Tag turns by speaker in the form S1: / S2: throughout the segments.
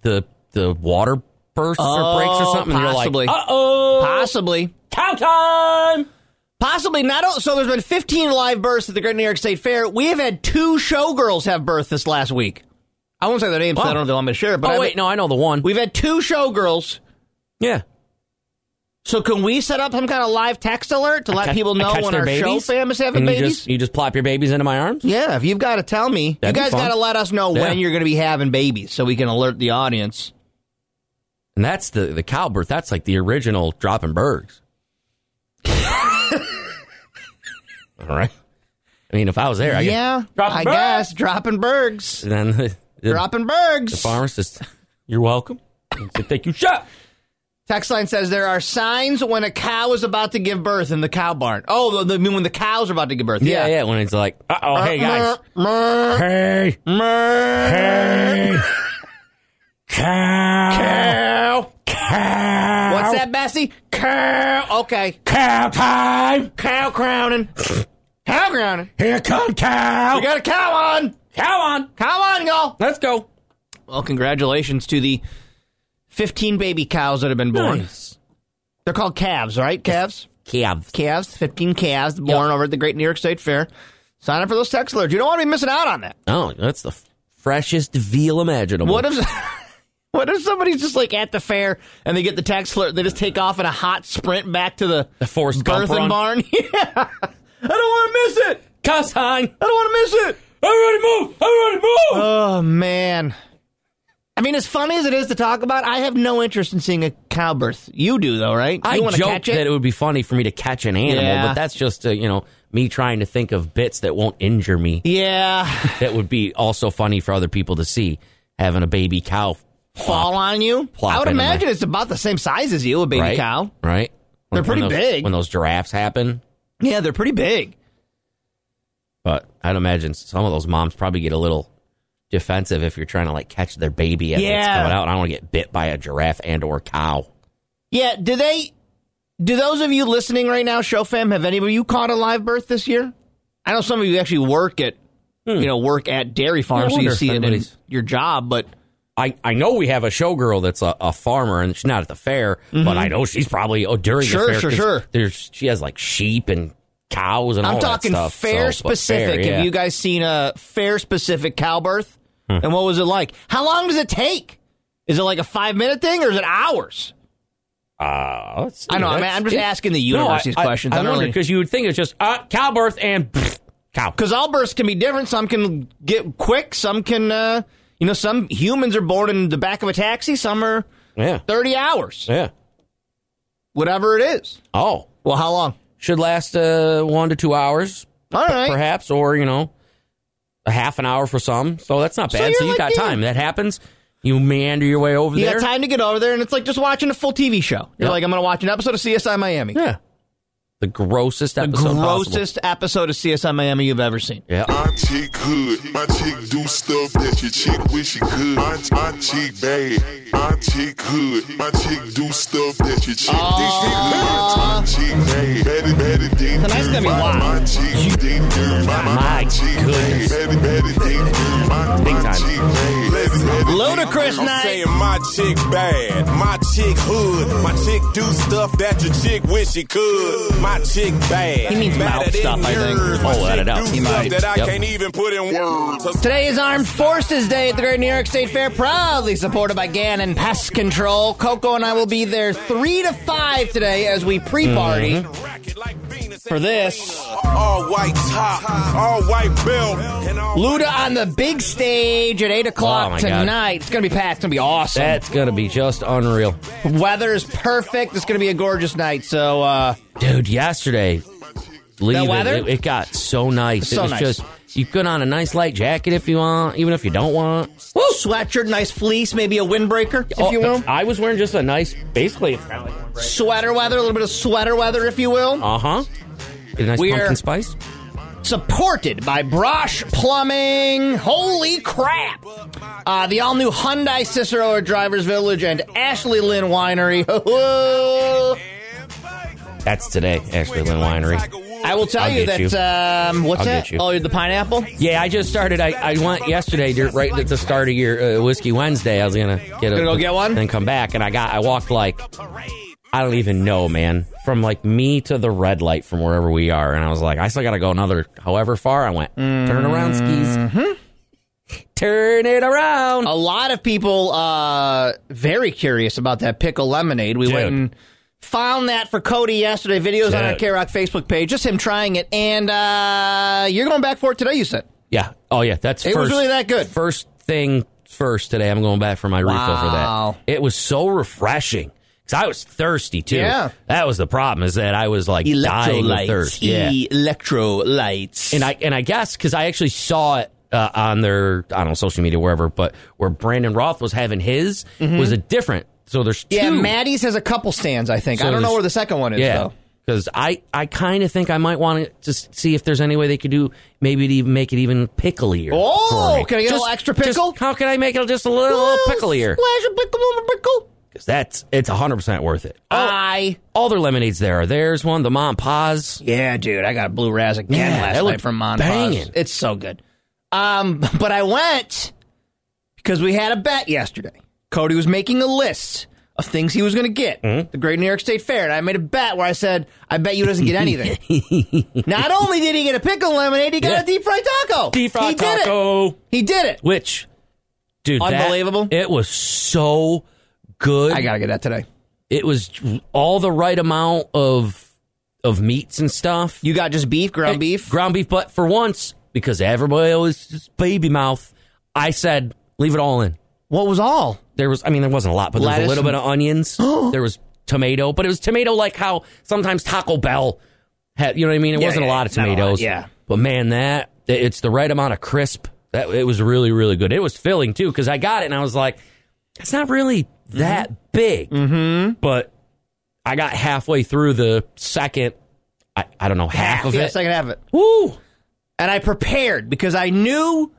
S1: the the water bursts
S2: Oh,
S1: or breaks or something.
S2: possibly.
S1: And you're like, uh oh,
S2: Possibly.
S1: cow time.
S2: Possibly not. o- So there's been 15 live births at the Great New York State Fair. We have had two showgirls have birth this last week. I won't say their names. so I
S1: Wow.
S2: don't know if they want me to share. it, But
S1: oh
S2: I've-
S1: wait, no, I know the one.
S2: we've had two showgirls.
S1: yeah,
S2: So can we set up some kind of live text alert to let
S1: Catch-
S2: people know
S1: catch
S2: when
S1: their
S2: our show
S1: babies,
S2: fam is having
S1: and you
S2: babies?
S1: just you just plop your babies into my arms.
S2: yeah, if you've got to tell me,
S1: That'd be
S2: you guys
S1: fun.
S2: got to let us know
S1: Yeah.
S2: when you're going to be having babies so we can alert the audience.
S1: And that's the the cow birth. That's like the original dropping bergs. All right. I mean, if I was there, I
S2: yeah,
S1: Dropping
S2: I
S1: bergs.
S2: guess dropping bergs,
S1: guess, then the, the, the
S2: dropping bergs.
S1: pharmacist, you're welcome. Say, Thank you, shut.
S2: Text line says there are signs when a cow is about to give birth in the cow barn. Oh, the, the, when the cows are about to give birth.
S1: Yeah, yeah, When it's like, uh oh, hey
S2: Uh-uh.
S1: guys,
S2: Mer-
S1: hey, hey, cow,
S2: Cow.
S1: cow,
S2: What's that, Bessie? Cow. Okay.
S1: Cow time!
S2: Cow crowning. cow crowning.
S1: Here come cow.
S2: We got a cow on.
S1: cow on.
S2: Cow on, y'all.
S1: Let's go.
S2: Well, congratulations to the 15 baby cows that have been born. They're called calves, right? Calves?
S1: Calves.
S2: Calves. 15 calves born over at the Great New York State Fair. Sign up for those text alerts. You don't want to be missing out on that.
S1: Oh, that's the f- freshest veal imaginable.
S2: What if what if somebody's just like at the fair and they get the tax alert? They just take off in a hot sprint back to the
S1: The Forrest Gump
S2: birthing
S1: run.
S2: barn. Yeah, I don't want to miss it.
S1: cow time?
S2: I don't want to miss it.
S1: Everybody move! Everybody move!
S2: Oh man. I mean, as funny as it is to talk about, I have no interest in seeing a cow birth. You do, though, right?
S1: I
S2: you wanna
S1: joked
S2: catch it?
S1: that it would be funny for me to catch an animal,
S2: Yeah.
S1: but that's just uh, you know me trying to think of bits that won't injure me.
S2: yeah,
S1: that would be also funny for other people to see having a baby cow
S2: fall on you.
S1: Plop
S2: I would
S1: into my-
S2: imagine it's about the same size as you, a baby
S1: right?
S2: cow.
S1: right?
S2: They're pretty
S1: when those,
S2: big.
S1: when those giraffes happen,
S2: Yeah, they're pretty big.
S1: but I'd imagine some of those moms probably get a little defensive if you're trying to like catch their baby as it's
S2: Yeah.
S1: coming out. I don't want to get bit by a giraffe and or cow.
S2: Yeah, do they? Do those of you listening right now, show fam, have any of you caught a live birth this year? I know some of you actually work at, you know, work at dairy
S1: Hmm.
S2: farms, so
S1: wonder
S2: you
S1: if
S2: see it in
S1: anybody's-
S2: your job. But
S1: I, I know we have a showgirl that's a, a farmer and she's not at the fair, but I know she's probably oh, during
S2: Mm-hmm. Sure,
S1: the fair.
S2: sure,
S1: 'cause
S2: sure.
S1: There's she has like sheep and cows and all
S2: I'm
S1: that
S2: talking
S1: stuff,
S2: fair
S1: so- but fair,
S2: specific.
S1: yeah. Hmm.
S2: Have you guys seen a fair specific cow birth? And what was it like? How long does it take? Is it like a five minute thing or is it hours?
S1: Uh, let's see,
S2: I know, I'm-
S1: that's-
S2: I'm just
S1: it-
S2: asking the
S1: No,
S2: universe
S1: I-
S2: these
S1: I-
S2: questions.
S1: I,
S2: I don't
S1: wonder
S2: really-
S1: because you would think it's just uh, cow birth and pfft, cow.
S2: Because all births can be different. Some can get quick. Some can, uh, You know, some humans are born in the back of a taxi, some are
S1: Yeah.
S2: 30 hours,
S1: Yeah.
S2: whatever it is.
S1: Oh.
S2: Well, how long?
S1: Should last uh, one to two hours,
S2: All right.
S1: perhaps, or, you know, a half an hour for some. So that's not
S2: So
S1: bad. So,
S2: you're
S1: you
S2: like,
S1: got
S2: yeah.
S1: time. That happens. You meander your way over
S2: You
S1: there.
S2: got time to get over there, and it's like just watching a full TV show. You're
S1: Yep.
S2: like, I'm going to watch an episode of CSI Miami.
S1: Yeah. The grossest
S2: The
S1: episode possible.
S2: grossest episode of CSI Miami you've ever seen.
S1: Yeah.
S3: My chick hood, my chick do stuff that your chick wish she could. My, my chick bad, my chick hood, my chick do stuff that your chick wish she could. My, my chick bad, better, better than
S2: Tonight's gonna be
S3: my,
S2: wild.
S3: My chick than dirt. my, my,
S1: My
S3: chick
S1: goodness.
S3: bad, better, better than dirt. my,
S1: Big
S3: my
S1: time.
S3: chick bad, better, better than
S2: Ludicrous
S3: dirt.
S2: night.
S4: saying my chick bad, my chick hood, my chick do stuff that your chick wish she could. My chick bad.
S2: He means
S4: Mad
S2: mouth
S4: at
S2: stuff, I think.
S4: yours. My
S1: Oh, without a
S4: chick
S1: doubt.
S4: do
S1: He
S4: stuff
S1: might.
S4: That I
S1: Yep.
S4: can't even put in words. So
S2: Today is Armed Forces Day at the Great New York State Fair, proudly supported by Gannon Pest Control. Coco and I will be there 3 to 5 today as we pre party
S1: Mm-hmm.
S4: racket like Venus
S2: for
S4: and
S2: this.
S4: all white top, all white belt, and all
S2: Luda on the big stage at 8
S1: Oh,
S2: o'clock
S1: my God.
S2: tonight. It's going to be packed. It's going to be awesome.
S1: That's going to be just unreal.
S2: Weather is perfect. It's going to be a gorgeous night. So, uh,
S1: Dude, yesterday, leaving,
S2: weather?
S1: It, it got so nice.
S2: So
S1: it was
S2: nice.
S1: just, you put on a nice light jacket if you want, even if you don't want.
S2: woo, sweatshirt, nice fleece, maybe a windbreaker, if
S1: Oh,
S2: you will.
S1: I was wearing just a nice, basically, it's kind of like
S2: Sweater weather, a little bit of sweater weather, if you will.
S1: Uh huh. A nice
S2: We're-
S1: pumpkin spice.
S2: supported by Brosh Plumbing. Holy crap! Uh, the all new Hyundai Cicero at Drivers Village and Ashley Lynn Winery.
S1: That's today, Ashley Lynn Winery.
S2: I will tell
S1: I'll
S2: you
S1: get
S2: that.
S1: you.
S2: Um, what's
S1: I'll
S2: that?
S1: get you.
S2: Oh, the pineapple.
S1: Yeah, I just started. I, I went yesterday, to, right at the start of your uh, Whiskey Wednesday. I was gonna get a,
S2: Gonna go get one?
S1: and come back. And I got. I walked like I don't even know, man. From like me to the red light from wherever we are, and I was like, I still gotta go another however far. I went. Turn around, skis.
S2: Mm-hmm.
S1: Turn it around.
S2: A lot of people uh, very curious about that pickle lemonade. We
S1: Dude.
S2: went and found that for Cody yesterday. Videos on our
S1: Dude.
S2: K Rock Facebook page, just him trying it. And uh, you're going back for it today. You said
S1: Yeah. Oh yeah. That's
S2: It was
S1: first,
S2: really that good.
S1: First thing first today. I'm going back for my refill for
S2: Wow.
S1: that. It was so refreshing because I was thirsty too.
S2: Yeah.
S1: That was the problem is that I was like dying of thirst. Yeah.
S2: Electrolytes.
S1: And I and I guess because I actually saw it. Uh, on their, I don't know, social media, wherever, but where Brandon Roth was having his was a different. So there's two.
S2: Mm-hmm. Yeah, Maddie's has a couple stands, I think.
S1: So
S2: I don't know
S1: there's-
S2: where the second one is,
S1: Yeah.
S2: though.
S1: Because I, I kind of think I might want to just see if there's any way they could do maybe to even make it even picklier.
S2: Oh,
S1: for me.
S2: can I get a little extra pickle?
S1: Just, how can I make it just a little, little picklier?
S2: Splash of pickle on the pickle.
S1: Because that's it's 100 percent worth it.
S2: Oh.
S1: All,
S2: I.
S1: all their lemonades there are theirs. One the mom pa's.
S2: Yeah, dude, I got a blue Raz again
S1: Yeah, that
S2: last
S1: looked
S2: night from Mon
S1: banging.
S2: Paz. It's so good. Um, but I went because we had a bet yesterday. Cody was making a list of things he was going to get at the Great New York State Fair, and I made a bet where I said, "I bet you doesn't get anything." Not only did he get a pickle lemonade, he got
S1: Yeah.
S2: a deep fried taco.
S1: Deep fried
S2: he did it.
S1: taco.
S2: He did it.
S1: Which, dude, that-
S2: Unbelievable.
S1: it was so good.
S2: I gotta get that today.
S1: it was all the right amount of of meats and stuff.
S2: You got just beef, ground beef.
S1: Ground beef, but for once, because everybody always just baby mouth, I said leave it all in.
S2: What was all?
S1: There was, I mean, there wasn't a lot, but there was a
S2: Lettuce
S1: little
S2: and-
S1: bit of onions. there was tomato, but it was tomato like how sometimes Taco Bell had, you know what I mean? It
S2: Yeah,
S1: wasn't a
S2: yeah,
S1: lot of
S2: not a lot,
S1: tomatoes.
S2: yeah.
S1: But man, that it's the right amount of crisp. That it was really, really good. It was filling too because I got it and I was like, it's not really that big, mm-hmm. but I got halfway through the second. I, I don't know half, of
S2: yeah,
S1: it.
S2: Second half of it.
S1: Woo!
S2: And I prepared because I knew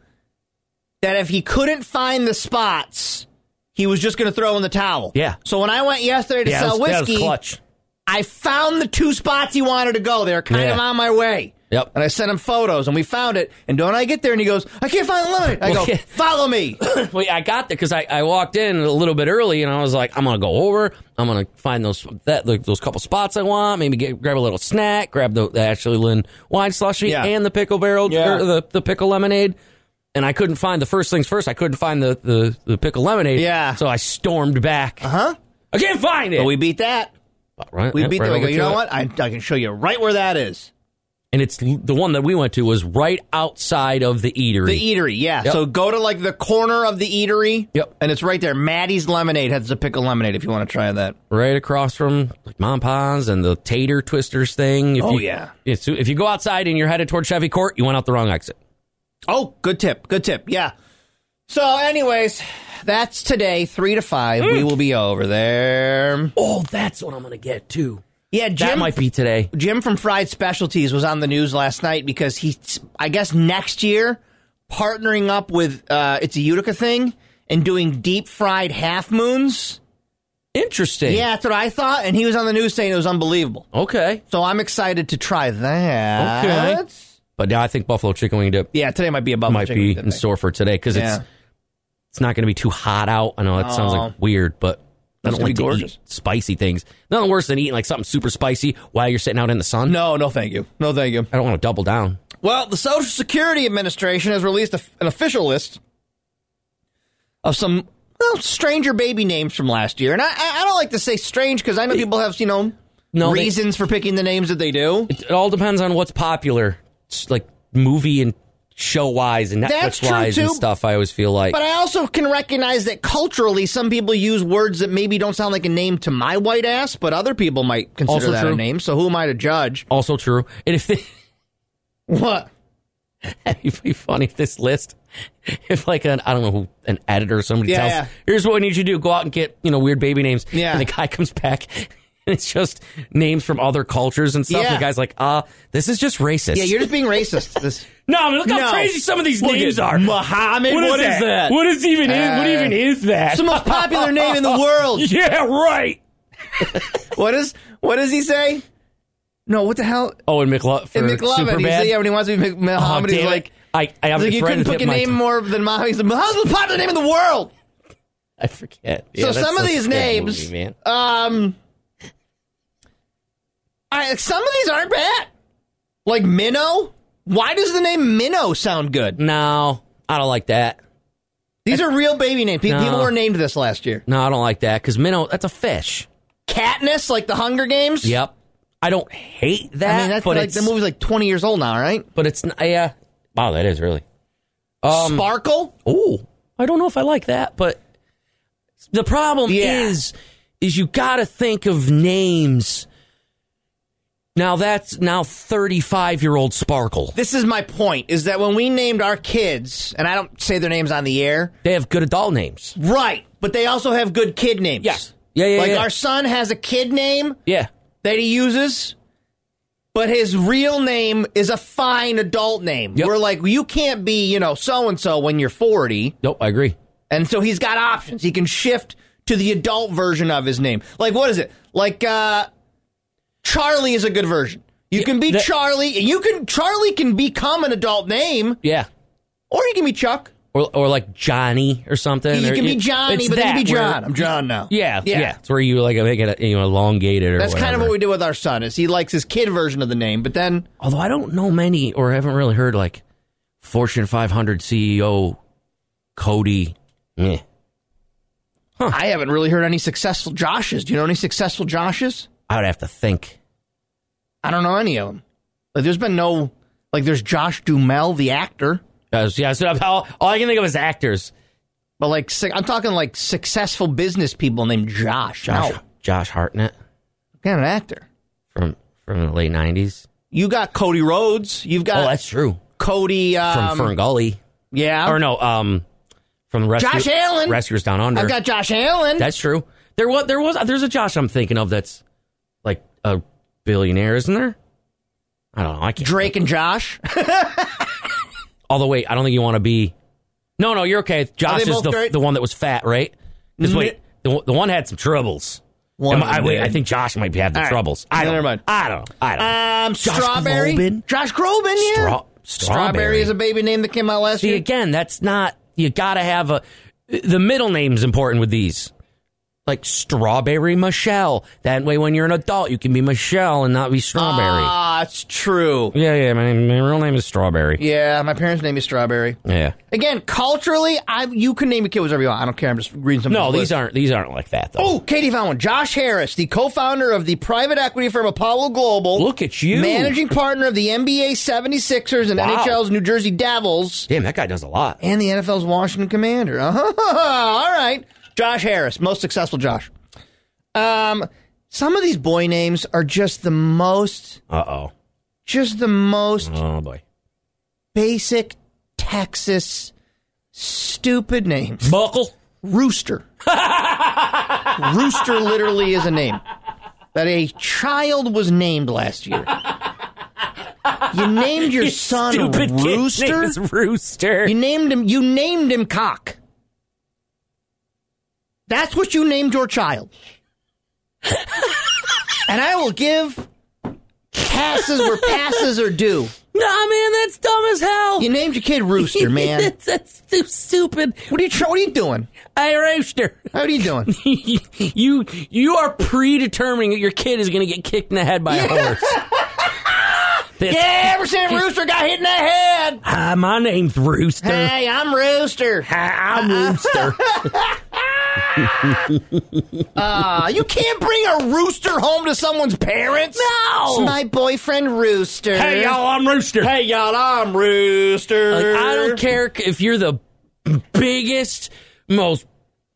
S2: that if he couldn't find the spots, he was just going to throw in the towel.
S1: Yeah.
S2: So when I went yesterday to
S1: Yeah,
S2: sell
S1: that was, that was
S2: whiskey,
S1: clutch.
S2: I found the two spots he wanted to go. They were kind
S1: Yeah.
S2: of on my way.
S1: Yep.
S2: And I sent him photos, and we found it. And don't I get there? And he goes, "I can't find the lemonade." I
S1: Well,
S2: go,
S1: yeah.
S2: "Follow me."
S1: Well, I got there because I, I walked in a little bit early and I was like, I'm gonna go over. I'm gonna find those that like, those couple spots I want. Maybe get, grab a little snack, grab the, the Ashley Lynn wine slushy
S2: Yeah.
S1: and the pickle barrel
S2: Yeah.
S1: or the the pickle lemonade. And I couldn't find the first things first. I couldn't find the the, the pickle lemonade.
S2: Yeah.
S1: So I stormed back. Uh
S2: Huh?
S1: I can't find it.
S2: But we beat that.
S1: right,
S2: We
S1: yeah,
S2: beat
S1: right
S2: that. We
S1: over
S2: go, you
S1: to
S2: know
S1: it.
S2: what? I, I can show you right where that is.
S1: and it's l- the one that we went to was right outside of the eatery.
S2: The eatery, yeah.
S1: Yep.
S2: So go to like the corner of the eatery.
S1: Yep.
S2: And it's right there. Maddie's Lemonade has the pickle lemonade if you want to try that.
S1: right across from like Mom Pons and the Tater Twisters thing. If
S2: Oh,
S1: you,
S2: yeah.
S1: it's- if you go outside and you're headed toward Chevy Court, you went out the wrong exit.
S2: Oh, good tip. Good tip. Yeah. So, anyways, that's today, three to five. We will be over there.
S1: Oh, that's what I'm gonna get too.
S2: Yeah, Jim.
S1: That might be today.
S2: Jim from Fried Specialties was on the news last night because he's, I guess, next year partnering up with uh, it's a Utica thing and doing deep fried half moons.
S1: Interesting.
S2: Yeah, that's what I thought, and he was on the news saying it was unbelievable.
S1: Okay.
S2: So I'm excited to try that.
S1: Okay. But now I think buffalo chicken wing dip
S2: Yeah, today might be a bubble.
S1: might
S2: chicken
S1: be
S2: dip
S1: in
S2: thing.
S1: store for today because
S2: Yeah.
S1: it's it's not going to be too hot out. I know that sounds like
S2: Oh.
S1: weird, but I don't
S2: That's gonna
S1: like
S2: be
S1: to
S2: gorgeous.
S1: eat spicy things. Nothing worse than eating like something super spicy while you're sitting out in the sun.
S2: No, no, thank you. No, thank you.
S1: I don't want to double down.
S2: Well, the Social Security Administration has released a, an official list of some well, stranger baby names from last year, and I, I I don't like to say strange because I know people have you know
S1: No, they-
S2: reasons for picking the names that they do.
S1: It all depends on what's popular, it's like movie and show wise and Netflix
S2: That's true,
S1: wise and
S2: too.
S1: stuff. I always feel like
S2: But I also can recognize that culturally, some people use words that maybe don't sound like a name to my white ass, but other people might consider
S1: Also
S2: that a
S1: true.
S2: name. So who am I to judge?
S1: also true. And if they,
S2: What?
S1: it'd be funny if this list, if like an I don't know who an editor or somebody
S2: Yeah,
S1: tells,
S2: yeah.
S1: here's what we need you to do: go out and get you know weird baby names.
S2: Yeah.
S1: and the guy comes back. and It's just names from other cultures and stuff.
S2: Yeah.
S1: The guy's like, uh, this is just racist.
S2: Yeah, you're just being racist. This.
S1: no, I mean, look how
S2: No.
S1: crazy some of these
S2: Look
S1: names
S2: at
S1: are.
S2: Muhammad,
S1: What is, that? What is even is, what
S2: Uh,
S1: even is that?
S2: It's the most popular name in the world.
S1: yeah, right.
S2: What is? What does he say? No, what the hell?
S1: Oh, and McLo- for
S2: And McLovin, he's,
S1: Superbad.
S2: yeah, when he wants to be Mc-
S1: Oh,
S2: Muhammad, he's
S1: damn it.
S2: like,
S1: I, I have
S2: he's like, you couldn't pick a name more than Muhammad. He's like, Muhammad's the popular name in the world.
S1: I forget.
S2: So
S1: Yeah, that's
S2: some of
S1: such a
S2: these
S1: bad
S2: names,
S1: movie, man.
S2: um, I, some of these aren't bad. Like Minnow. Why does the name Minnow sound good?
S1: no, I don't like that.
S2: These are real baby names. Pe-
S1: No.
S2: People were named this last year.
S1: No, I don't like that because minnow. That's a fish.
S2: Katniss, like the Hunger Games.
S1: Yep. I don't hate that.
S2: I mean, that's
S1: but
S2: like
S1: it's,
S2: the movie's like 20 years old now, right?
S1: But it's n- yeah. Wow, that is really. Um.
S2: Sparkle.
S1: oh, I don't know if I like that, but the problem
S2: Yeah.
S1: is, is you got to think of names. Now that's now thirty-five-year-old Sparkle.
S2: This is my point: is that when we named our kids, and I don't say their names on the air,
S1: They have good adult names.
S2: Right, but they also have good kid names.
S1: Yeah. Yeah, yeah,
S2: Like
S1: yeah.
S2: our son has a kid name
S1: Yeah.
S2: that he uses, but his real name is a fine adult name.
S1: Yep.
S2: We're like, you can't be, you know, so and so when you're 40.
S1: Nope, I agree.
S2: And so he's got options. He can shift to the adult version of his name. Like, what is it? Like, uh, Charlie is a good version. You
S1: Yeah,
S2: can be
S1: that-
S2: Charlie. You can, Charlie can become an adult name,
S1: Yeah.
S2: or you can be Chuck.
S1: Or, or like Johnny or something.
S2: You
S1: or-
S2: can be
S1: it-
S2: Johnny,
S1: it's
S2: but then you
S1: that
S2: be John.
S1: where-
S2: I'm John now.
S1: yeah, yeah, It's where you like make it you know, elongated or
S2: That's kind of
S1: whatever.
S2: what we do with our son. Is he likes his kid version of the name, but then
S1: Although I don't know many or haven't really heard like Fortune 500 CEO E Cody. Meh.
S2: I haven't really heard any successful Joshes. Do you know any successful Joshes?
S1: I would have to think.
S2: I don't know any of them. Like, there's been no like. There's Josh Dumel, the actor,
S1: Uh, yeah, so all, all I can think of is actors.
S2: but like si- I'm talking like successful business people named Josh.
S1: Josh,
S2: No,
S1: Josh Hartnett
S2: not an actor.
S1: from from the late 90s.
S2: You got Cody Rhodes. You've
S1: oh,
S2: got
S1: that's true.
S2: Cody.
S1: From
S2: Uh, Um,
S1: Fern Gully.
S2: yeah,
S1: Or no, um, from Rescue,
S2: Josh Allen.
S1: Rescuers Down Under.
S2: I've got Josh Allen.
S1: That's true. There was there was there's a Josh I'm thinking of that's like a billionaire, isn't there? I don't know. I can't.
S2: Drake and Josh.
S1: Although wait, I don't think you want to be. No, no, you're okay. Josh is
S2: both
S1: the
S2: great?
S1: the one that was fat, right? 'Cause wait, the, one- the one had some troubles.
S2: One
S1: Am
S2: of
S1: I,
S2: them
S1: wait,
S2: did.
S1: I think Josh might be having
S2: All right.
S1: troubles. I
S2: No,
S1: don't.
S2: never mind.
S1: I don't. know. I don't. know.
S2: Um,
S1: Josh
S2: Strawberry.
S1: Groban?
S2: Josh Groban. Yeah.
S1: Straw-
S2: Strawberry is a baby name that came out last
S1: See
S2: year.
S1: again, that's not. You gotta have a. The middle name's important with these. like strawberry Michelle. That way, when you're an adult, you can be Michelle and not be strawberry.
S2: Ah, it's true.
S1: yeah, yeah. My, name, my real name is Strawberry.
S2: Yeah, my parents' name is Strawberry.
S1: Yeah.
S2: Again, culturally, I you can name a kid whatever you want. I don't care. I'm just reading some.
S1: No, these aren't these aren't like that though.
S2: Oh, Katie found one. Josh Harris, the co-founder of the private equity firm Apollo Global.
S1: Look at you.
S2: Managing partner of the NBA 76ers and
S1: Wow.
S2: NHL's New Jersey Devils.
S1: Damn, that guy does a lot.
S2: and the NFL's Washington Commander. All right. Josh Harris, most successful Josh. Um, some of these boy names are just the most,
S1: Uh oh.
S2: just the most
S1: Oh boy.
S2: basic Texas stupid names.
S1: Buckle.
S2: Rooster. Rooster literally is a name that a child was named last year. You named your son
S1: Stupid kid name
S2: Rooster?
S1: is Rooster.
S2: You named him. You named him cock. That's what you named your child. and I will give passes where passes are due.
S1: Nah, man, that's dumb as hell.
S2: You named your kid Rooster, man.
S1: that's, that's too stupid.
S2: What are you? tr- What are you doing?
S1: Hey, Rooster.
S2: What are you doing?
S1: you you are predetermining that your kid is going to get kicked in the head by a horse. That's-
S2: Yeah, ever since Rooster got hit in the head.
S1: Hi, my name's Rooster.
S2: Hey, I'm Rooster.
S1: Hi, I'm Rooster.
S2: Uh, you can't bring a rooster home to someone's parents.
S1: No.
S2: it's my boyfriend Rooster.
S1: I'm Rooster.
S2: Hey y'all, I'm Rooster.
S1: Like, I don't care if you're the biggest, most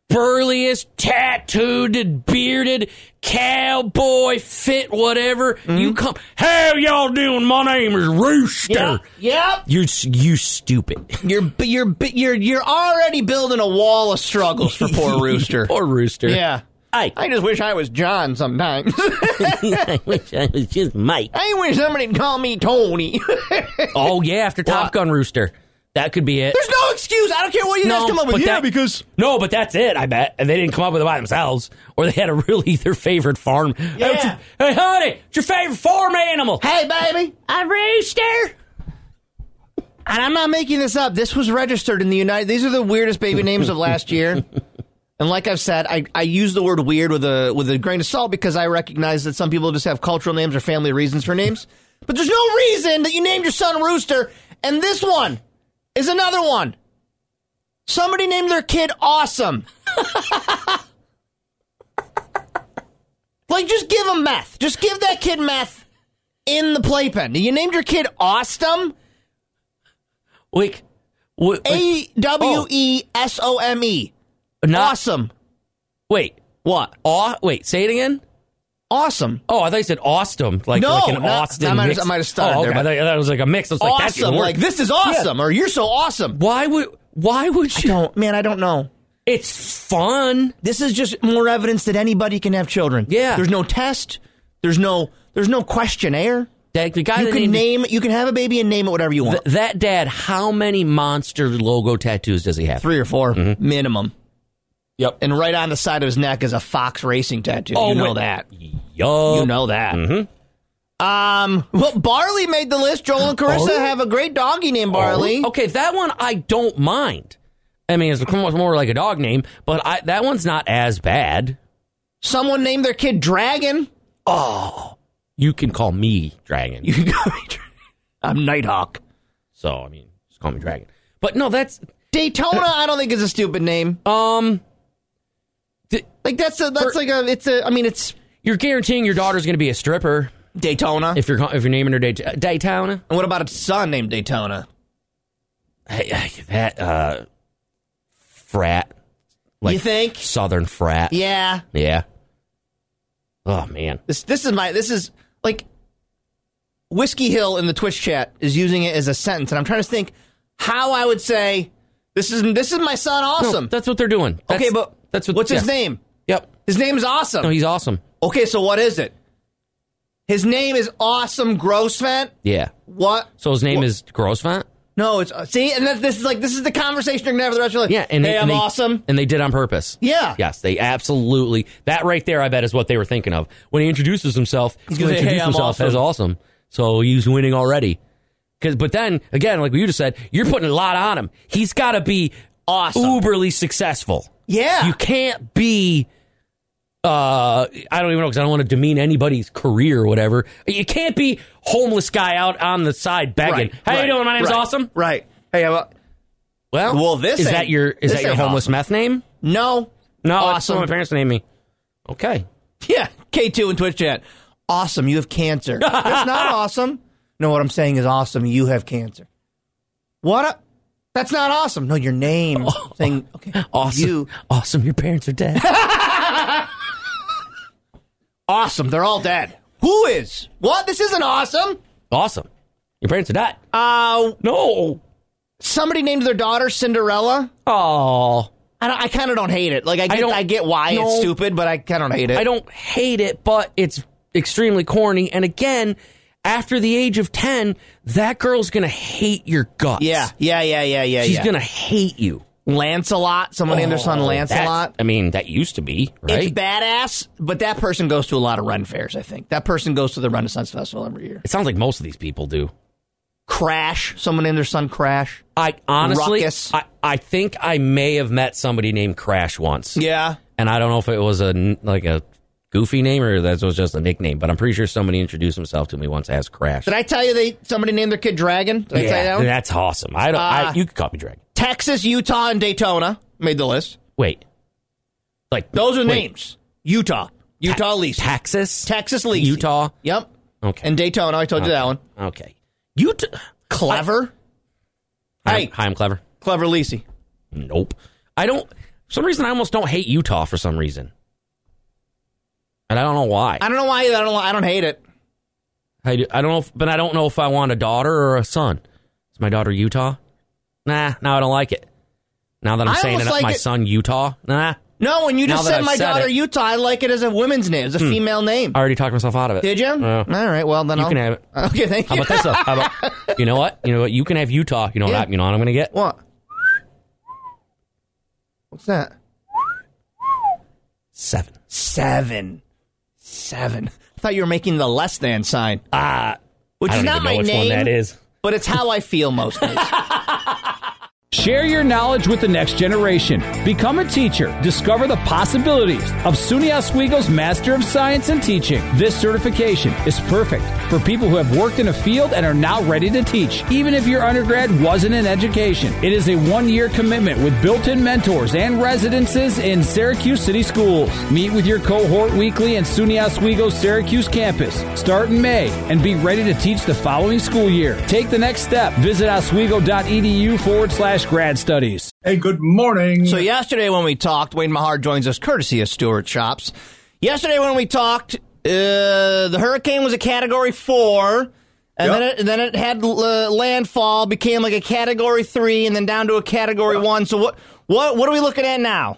S1: burliest, tattooed, bearded, cowboy, fit, whatever.
S2: Mm-hmm.
S1: You come, how y'all doing? My name is Rooster.
S2: Yep. yep.
S1: You're s- you stupid.
S2: You're b- you're b- you're you're already building a wall of struggles for poor Rooster.
S1: Poor Rooster.
S2: yeah.
S1: Hey.
S2: I just wish I was John sometimes.
S1: I wish I was just Mike.
S2: I wish somebody'd call me Tony.
S1: Oh yeah, after Top Gun Rooster, that could be it.
S2: There's no excuse. I don't care what you guys
S1: No,
S2: come up with.
S1: but that-
S2: because
S1: No, but that's it. I bet and they didn't come up with it by themselves, or they had a really their favorite farm. Hey, what's your- hey, honey, it's your favorite farm animal?
S2: hey, baby,
S1: A rooster.
S2: and I'm not making this up. This was registered in the United. These are the weirdest baby names of last year. And like I've said, I, I use the word weird with a with a grain of salt because I recognize that some people just have cultural names or family reasons for names. But there's no reason that you named your son Rooster. And this one is another one. Somebody named their kid Awesome. like, just give him meth. Just give that kid meth in the playpen. You named your kid Awesome.
S1: Like, wait,
S2: A W E S O M E.
S1: not,
S2: Awesome.
S1: Wait,
S2: What?
S1: aw, wait, say it again.
S2: Awesome.
S1: Oh, I thought you said Austin, like,
S2: No,
S1: like an
S2: no,
S1: Austin.
S2: I might have-
S1: mix.
S2: I might have started
S1: Oh, okay.
S2: there,
S1: I
S2: but-
S1: thought that was like a mix. I was like, that's even
S2: awesome.
S1: worse.
S2: Like this is awesome, or you're so awesome.
S1: Why would? Why would you?
S2: Don't, man, I don't know.
S1: It's fun.
S2: This is just more evidence that anybody can have children.
S1: Yeah.
S2: There's no test. There's no. There's no questionnaire.
S1: That the guy
S2: You
S1: that
S2: can
S1: named-
S2: name. You can have a baby and name it whatever you want.
S1: Th- that dad, how many monster logo tattoos does he have?
S2: Three or 4 minimum.
S1: Yep.
S2: And right on the side of his neck is a fox racing tattoo.
S1: Oh,
S2: you know
S1: wait.
S2: that.
S1: Yo.
S2: You know that. Um. Well, Barley made the list. Joel and Carissa
S1: Barley?
S2: have a great doggy named Barley.
S1: Oh, Okay, that one I don't mind. I mean, it's more, more like a dog name, but I, that one's not as bad.
S2: Someone named their kid Dragon.
S1: You can call me Dragon.
S2: You can call me Dragon. I'm Nighthawk.
S1: so, I mean, just call me Dragon. But no, that's
S2: Daytona, I don't think is a stupid name.
S1: um th-
S2: Like that's a that's
S1: For-
S2: like a it's a I mean it's
S1: you're guaranteeing your daughter's going to be a stripper
S2: Daytona.
S1: if you're ca- if you're naming her Dayt- uh, Daytona.
S2: and what about a son named Daytona?
S1: Hey, hey, that uh frat. Like
S2: you think?
S1: Southern frat.
S2: Yeah.
S1: Yeah. Oh man.
S2: This this is my this is like Whiskey Hill in the Twitch chat is using it as a sentence, and I'm trying to think how I would say this is this is my son
S1: No,
S2: awesome.
S1: that's what they're doing. That's-
S2: okay, but
S1: that's what,
S2: what's his
S1: yes.
S2: name?
S1: Yep.
S2: His name is awesome.
S1: No, he's awesome.
S2: okay, so what is it? His name is Awesome Grossvent.
S1: Yeah.
S2: What?
S1: So his name
S2: Wha-
S1: is Grossvant.
S2: No, it's uh, see, and that, this is like this is the conversation you're gonna have the rest of your life.
S1: Yeah, and
S2: hey,
S1: they,
S2: I'm
S1: and they-
S2: awesome.
S1: and they did on purpose.
S2: Yeah.
S1: Yes, they absolutely. That right there, I bet, is what they were thinking of when he introduces himself. He's
S2: gonna say,
S1: introduce
S2: "Hey, I'm
S1: himself
S2: awesome."
S1: as awesome. So he's winning already. 'Cause- but then again, like you just said, you're putting a lot on him. He's got to be
S2: Awesome.
S1: uberly successful.
S2: Yeah.
S1: You can't be uh, I don't even know because I don't want to demean anybody's career or whatever. You can't be homeless guy out on the side begging.
S2: Right,
S1: How
S2: right,
S1: you doing? My name's
S2: right,
S1: Awesome.
S2: Right. Hey, uh, how about-
S1: Well,
S2: Well, this
S1: is that
S2: ain't-
S1: your is
S2: this
S1: that your
S2: ain't
S1: homeless
S2: awesome.
S1: meth name?
S2: no.
S1: No, that's
S2: awesome.
S1: what my parents named me. Okay.
S2: Yeah, K2 and Twitch chat. Awesome, you have cancer. That's not awesome. No, what I'm saying is awesome, you have cancer. What? A, that's not awesome. No, your name. Saying, okay,
S1: Awesome.
S2: You.
S1: Awesome. Your parents are dead.
S2: Awesome, they're all dead. Who is? What? This isn't awesome.
S1: awesome. Your parents are dead.
S2: Uh,
S1: No.
S2: somebody named their daughter Cinderella.
S1: Oh.
S2: I, don't- I kind of don't hate it. Like I get, I,
S1: don't-
S2: get why
S1: no.
S2: it's stupid, but I kind of don't hate it.
S1: I don't hate it, but it's extremely corny. And again, after the age of 10, that girl's going to hate your guts.
S2: Yeah, yeah, yeah, yeah, yeah.
S1: She's
S2: yeah.
S1: going to hate you.
S2: Lancelot. Someone named their son
S1: Oh,
S2: Lancelot.
S1: that's- I mean, that used to be, right?
S2: It's badass, but that person goes to a lot of run fairs, I think. That person goes to the Renaissance Festival every year.
S1: it sounds like most of these people do.
S2: Crash, someone in their son Crash.
S1: I honestly,
S2: Ruckus.
S1: I, I think I may have met somebody named Crash once.
S2: Yeah.
S1: and I don't know if it was a n- like a goofy name or that was just a nickname, but I'm pretty sure somebody introduced himself to me once as Crash.
S2: Did I tell you they somebody named their kid Dragon? Did I tell you that one?
S1: that's awesome. I don't. I,
S2: Uh,
S1: you could copy Dragon.
S2: Texas, Utah, and Daytona made the list.
S1: Wait, like
S2: Those are
S1: wait,
S2: names. Utah. Utah least.
S1: Texas,
S2: Texas least.
S1: Utah.
S2: Yep.
S1: Okay,
S2: And Daytona, I told you that one.
S1: okay. Utah.
S2: Clever.
S1: Hi,
S2: Hey.
S1: hi, I'm clever.
S2: Clever Lisi.
S1: Nope. I don't. For some reason I almost don't hate Utah for some reason, and I don't know why.
S2: I don't know why either. I don't I don't hate it.
S1: I, do, I don't know, if, but I don't know if I want a daughter or a son. Is my daughter Utah? Nah, now I don't like it. Now that I'm
S2: I
S1: saying it,
S2: almost like
S1: my
S2: it-
S1: son Utah. Nah,
S2: No, when you
S1: Now
S2: just
S1: that
S2: said
S1: I've
S2: my
S1: said
S2: daughter
S1: it- Hmm.
S2: Utah, I like it as a women's name, as a female name.
S1: I already talked myself out of it.
S2: Did you?
S1: Yeah.
S2: All right. Well, then
S1: You
S2: I'll,
S1: can have it.
S2: Okay, thank
S1: How
S2: you.
S1: about this? though? How about you know what? You know what? You can have Utah. You know
S2: Yeah.
S1: what? I, you know what I'm gonna get?
S2: What? What's that?
S1: Seven.
S2: Seven. Seven. I thought you were making the less than sign.
S1: Ah,
S2: Which
S1: I
S2: is
S1: don't even
S2: not
S1: know
S2: my
S1: which
S2: name,
S1: one that is.
S2: but it's how I feel most days.
S5: Share your knowledge with the next generation. Become a teacher. Discover the possibilities of SUNY Oswego's Master of Science in Teaching. This certification is perfect for people who have worked in a field and are now ready to teach, even if your undergrad wasn't in education. It is a one year commitment with built in mentors and residences in Syracuse City Schools. Meet with your cohort weekly in SUNY Oswego's Syracuse campus. Start in May and be ready to teach the following school year. Take the next step. Visit oswego.edu forward slash grad studies.
S6: Hey, good morning.
S2: So yesterday when we talked, Wayne Mahar joins us courtesy of Stewart Shops. Yesterday when we talked, uh, the hurricane was a Category Four, and then it, then it had uh, landfall, became like a Category Three, and then down to a Category One. So what what what are we looking at now?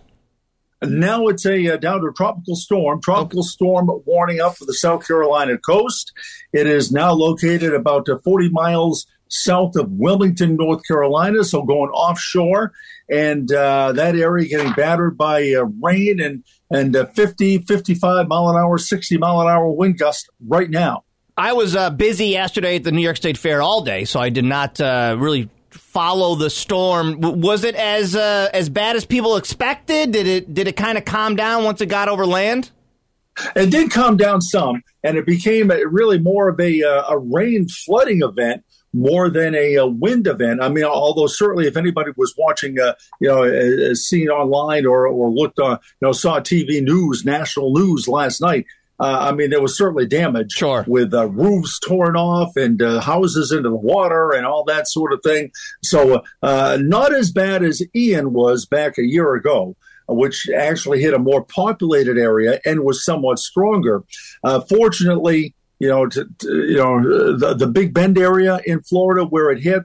S6: now it's a uh, down to a tropical storm. Tropical storm warning up for the South Carolina coast. It is now located about uh, 40 miles south of Wilmington, North Carolina, so going offshore, and uh, that area getting battered by uh, rain and and uh, 50, 55 mile an hour, 60 mile an hour wind gust right now.
S2: I was uh, busy yesterday at the New York State Fair all day, so I did not uh, really follow the storm. W- was it as uh, as bad as people expected? Did it did it kind of calm down once it got over land?
S6: it did calm down some, and it became a, really more of a, uh, a rain flooding event more than a, uh wind event. I mean, although certainly if anybody was watching, uh, you know, uh, uh, seen online or, or looked on, you know, saw TV news, national news last night. Uh, I mean, there was certainly damage
S2: Sure.
S6: with uh, roofs torn off and uh, houses into the water and all that sort of thing. So, uh, not as bad as Ian was back a year ago, which actually hit a more populated area and was somewhat stronger. Uh, fortunately, you know, t- t- you know, the, the Big Bend area in Florida where it hit,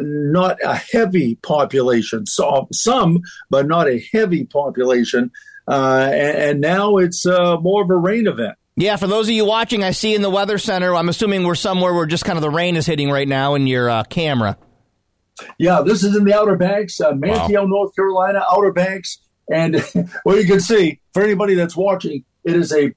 S6: not a heavy population. So, some, but not a heavy population. Uh, and, and now it's uh, more of a rain event.
S2: Yeah, for those of you watching, I see in the weather center. I'm assuming we're somewhere where just kind of the rain is hitting right now in your uh, camera.
S6: Yeah, this is in the Outer Banks, uh, Manteo, North Carolina, Outer Banks. And well, you can see for anybody that's watching, it is a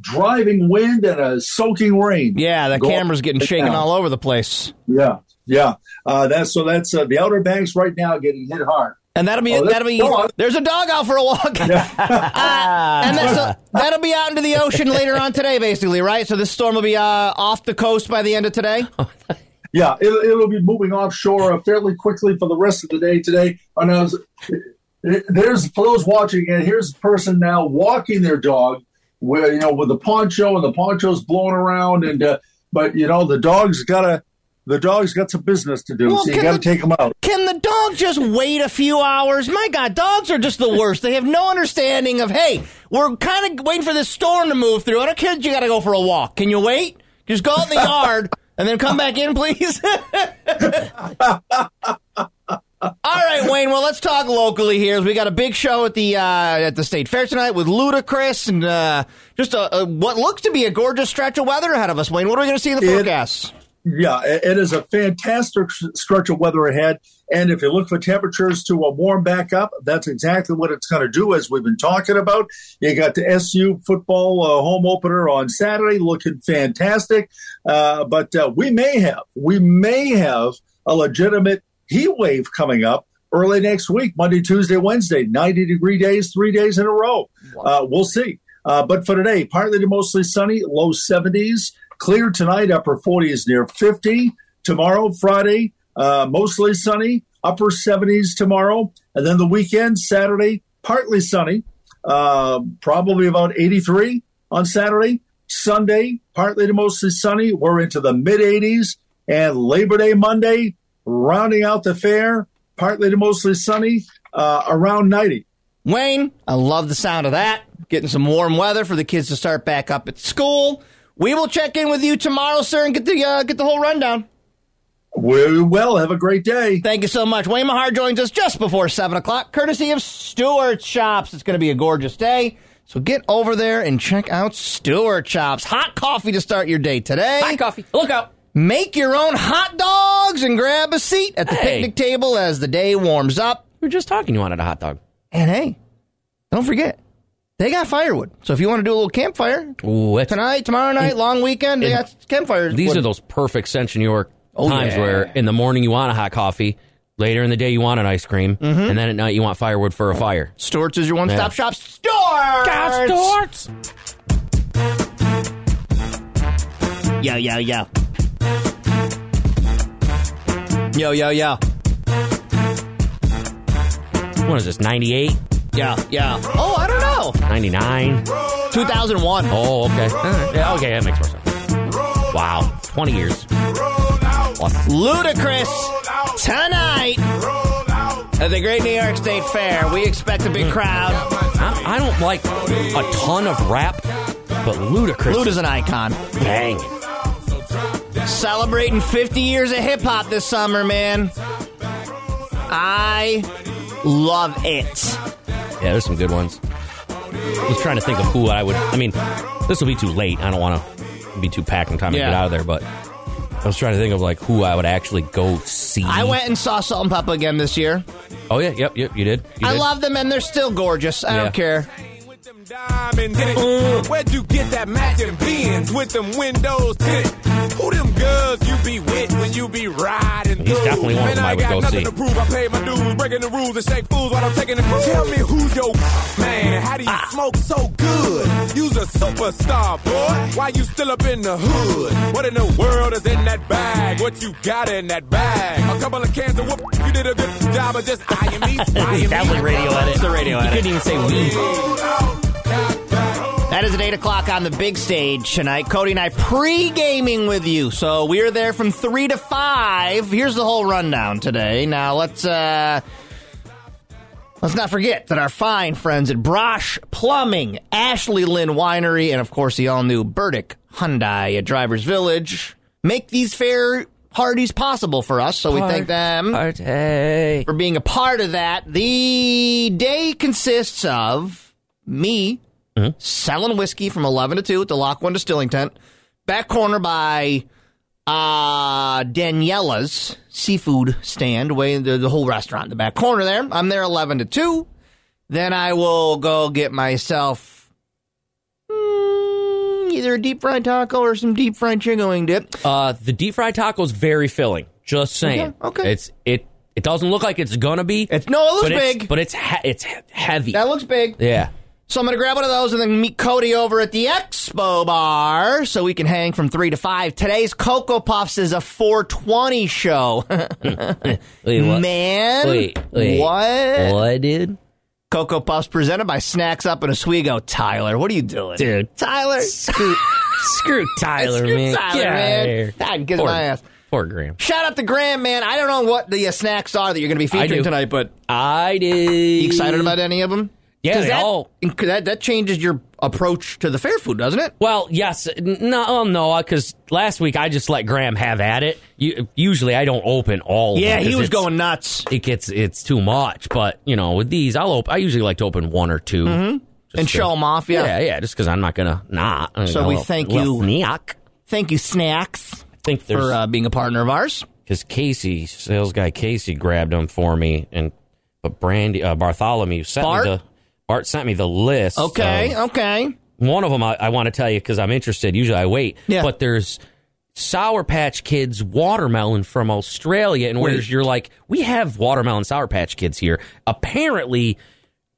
S6: driving wind and a soaking rain.
S2: Yeah, the
S6: Go-
S2: camera's getting shaken
S6: Yeah.
S2: all over the place.
S6: Yeah, yeah. Uh, that's so that's uh, the Outer Banks right now getting hit hard.
S2: And that'll be
S6: Oh,
S2: that'll be
S6: there's a dog.
S2: there's a dog out for a walk. Uh, and that's a, that'll be out into the ocean later on today, basically, right? So this storm will be uh, off the coast by the end of today.
S6: Yeah, it'll, it'll be moving offshore uh, fairly quickly for the rest of the day today. And I was, there's for those watching, and here's a person now walking their dog, where you know with the poncho, and the poncho's blowing around, and uh, but you know the dog's got to the dog's got some business to do,
S2: Well,
S6: so you
S2: can
S6: got to
S2: the-
S6: take him out.
S2: Can the dog just wait a few hours? My God, dogs are just the worst. They have no understanding of hey, we're kind of waiting for this storm to move through. I don't care that you got to go for a walk. Can you wait? Just go out in the yard and then come back in, please. All right, Wayne. Well, let's talk locally here. as We got a big show at the uh, at the state fair tonight with Ludacris and uh, just a, a, what looks to be a gorgeous stretch of weather ahead of us. Wayne, what are we going to see in the
S6: It-
S2: forecast?
S6: Yeah, it it is a fantastic s- stretch of weather ahead. And if you look for temperatures to uh, warm back up, that's exactly what it's going to do, as we've been talking about. You got the SU football uh, home opener on Saturday, looking fantastic. Uh, but uh, we may have, we may have a legitimate heat wave coming up early next week, Monday, Tuesday, Wednesday, 90 degree days, three days in a row. Uh, we'll see. Uh, but for today, partly to mostly sunny, low 70s. Clear tonight, upper 40s near 50. Tomorrow, Friday, uh, mostly sunny, upper 70s tomorrow. And then the weekend, Saturday, partly sunny, uh, probably about 83 on Saturday. Sunday, partly to mostly sunny. We're into the mid 80s. And Labor Day Monday, rounding out the fair, partly to mostly sunny, uh, around 90.
S2: Wayne, I love the sound of that. Getting some warm weather for the kids to start back up at school. We will check in with you tomorrow, sir, and get the uh, get the whole rundown.
S6: We will have a great day.
S2: Thank you so much. Wayne Mahar joins us just before 7 o'clock, courtesy of Stewart Shops. It's going to be a gorgeous day. So get over there and check out Stewart Shops. Hot coffee to start your day today.
S1: Hot coffee. Look out.
S2: Make your own hot dogs and grab a seat at the
S1: Hey.
S2: picnic table as the day warms up.
S1: We were just talking. You wanted a hot dog.
S2: And hey, don't forget, they got firewood. So if you want to do a little campfire
S1: Ooh, that's-
S2: tonight, tomorrow night, long weekend, they
S1: and
S2: got campfires.
S1: These are those perfect Central New York
S2: Oh,
S1: times
S2: yeah.
S1: where in the morning you want a hot coffee, later in the day you want an ice cream,
S2: Mm-hmm.
S1: and then at night you want firewood for a fire.
S2: Stewart's is your one stop shop. Stewart's! Yo, yo, yo. Yo, yo, yo.
S1: What is this, 98,
S2: Yeah, yeah. Oh, I don't know.
S1: 99?
S2: 2001.
S1: Oh, okay. All right. Yeah, okay, that makes more sense. Wow, 20 years. Awesome.
S2: Ludacris tonight at the Great New York State Fair. We expect a
S1: Hmm.
S2: big crowd.
S1: I'm, I don't like a ton of rap, but ludicrous.
S2: Luda's an icon.
S1: Dang.
S2: Celebrating 50 years of hip hop this summer, man. I love it.
S1: Yeah, there's some good ones. I was trying to think of who I would. I mean, this will be too late. I don't want to be too packed in time to
S2: Yeah.
S1: get out of there, but I was trying to think of like who I would actually go see.
S2: I went and saw Salt and Peppa again this year.
S1: Oh yeah, yep, yep. You did. You
S2: I
S1: did.
S2: love them and they're still gorgeous. I
S1: Yeah.
S2: don't care.
S4: With them diamond hit it.
S1: Mm.
S4: Where'd you get that matching beans with them windows hit it? Who them girls you be with when you be riding
S1: He's
S4: through?
S1: definitely one of
S4: Man,
S1: them I
S4: I
S1: would
S4: got
S1: go
S4: nothing
S1: see.
S4: to prove. I paid my dues, breaking the rules and shake fools while I'm taking the cruise. Tell me who's your man? How do you
S1: Ah.
S4: smoke so good? You's a superstar, boy. Why you still up in the hood? What in the world is in that bag? What you got in that bag? A couple of cans of whoop. You did a good job of just eyeing me. eyeing me.
S1: Definitely radio edit. It's the radio edit. You couldn't even say we.
S2: That is at 8 o'clock on the big stage tonight. Cody and I pre gaming with you. So we are there from 3 to 5. Here's the whole rundown today. Now let's. Uh, Let's not forget that our fine friends at Brosh Plumbing, Ashley Lynn Winery, and of course the all new Burdick Hyundai at Drivers Village make these fair parties possible for us. So we thank them
S1: Hey.
S2: for being a part of that. The day consists of me
S1: Mm-hmm.
S2: selling whiskey from 11 to 2 at the Lock One Distilling Tent, back corner by uh, Daniela's seafood stand, way the, the whole restaurant in the back corner there. I'm there 11 to 2. Then I will go get myself mm, either a deep fried taco or some
S1: Oh.
S2: deep fried chicken wing dip.
S1: Uh, the deep fried taco's very filling. Just saying.
S2: Okay, okay.
S1: It's it It doesn't look like it's gonna be.
S2: It's no, it looks
S1: but it's-
S2: big.
S1: but it's he- it's he- heavy.
S2: that looks big.
S1: yeah.
S2: So I'm going to grab one of those and then meet Cody over at the Expo Bar so we can hang from 3 to 5. Today's Cocoa Puffs is a 420 show.
S1: Wait, what?
S2: Man.
S1: Wait, wait.
S2: What?
S1: What, dude?
S2: Cocoa Puffs presented by Snacks Up in Oswego. Tyler, what are you doing?
S1: Dude.
S2: Tyler.
S1: Screw, screw Tyler,
S2: Screw
S1: man.
S2: Tyler,
S1: Get outta
S2: man.
S1: here.
S2: God, get
S1: poor,
S2: my ass.
S1: Poor Graham.
S2: Shout out to Graham, man. I don't know what the uh, snacks are that you're going to be
S1: I
S2: featuring
S1: do.
S2: tonight, but
S1: I did.
S2: you excited about any of them?
S1: Yeah,
S2: 'Cause
S1: they
S2: that,
S1: all-
S2: that that changes your approach to the fair food, doesn't it?
S1: Well, yes, n- no, oh, no, because last week I just let Graham have at it. You, usually I don't open all. of them 'cause it's-
S2: nuts.
S1: It gets it's too much, but you know, with these, I'll open. I usually like to open one or 2
S2: Mm-hmm.
S1: to-
S2: and show them off, yeah.
S1: Yeah, yeah, just because I'm not gonna not. I'm
S2: So
S1: gonna
S2: we
S1: little-
S2: thank
S1: little
S2: you.
S1: Neok.
S2: Thank you, Snacks,
S1: I think there's
S2: for uh, being a partner of ours.
S1: because Casey, sales guy Casey, grabbed them for me, and but Brandy uh, Bartholomew sent
S2: Bart?
S1: me the Bart sent me the list.
S2: Okay,
S1: of-
S2: okay.
S1: one of them I, I want to tell you because I'm interested. Usually I wait,
S2: Yeah.
S1: but there's Sour Patch Kids watermelon from Australia, and whereas you're like, we have watermelon Sour Patch Kids here. Apparently,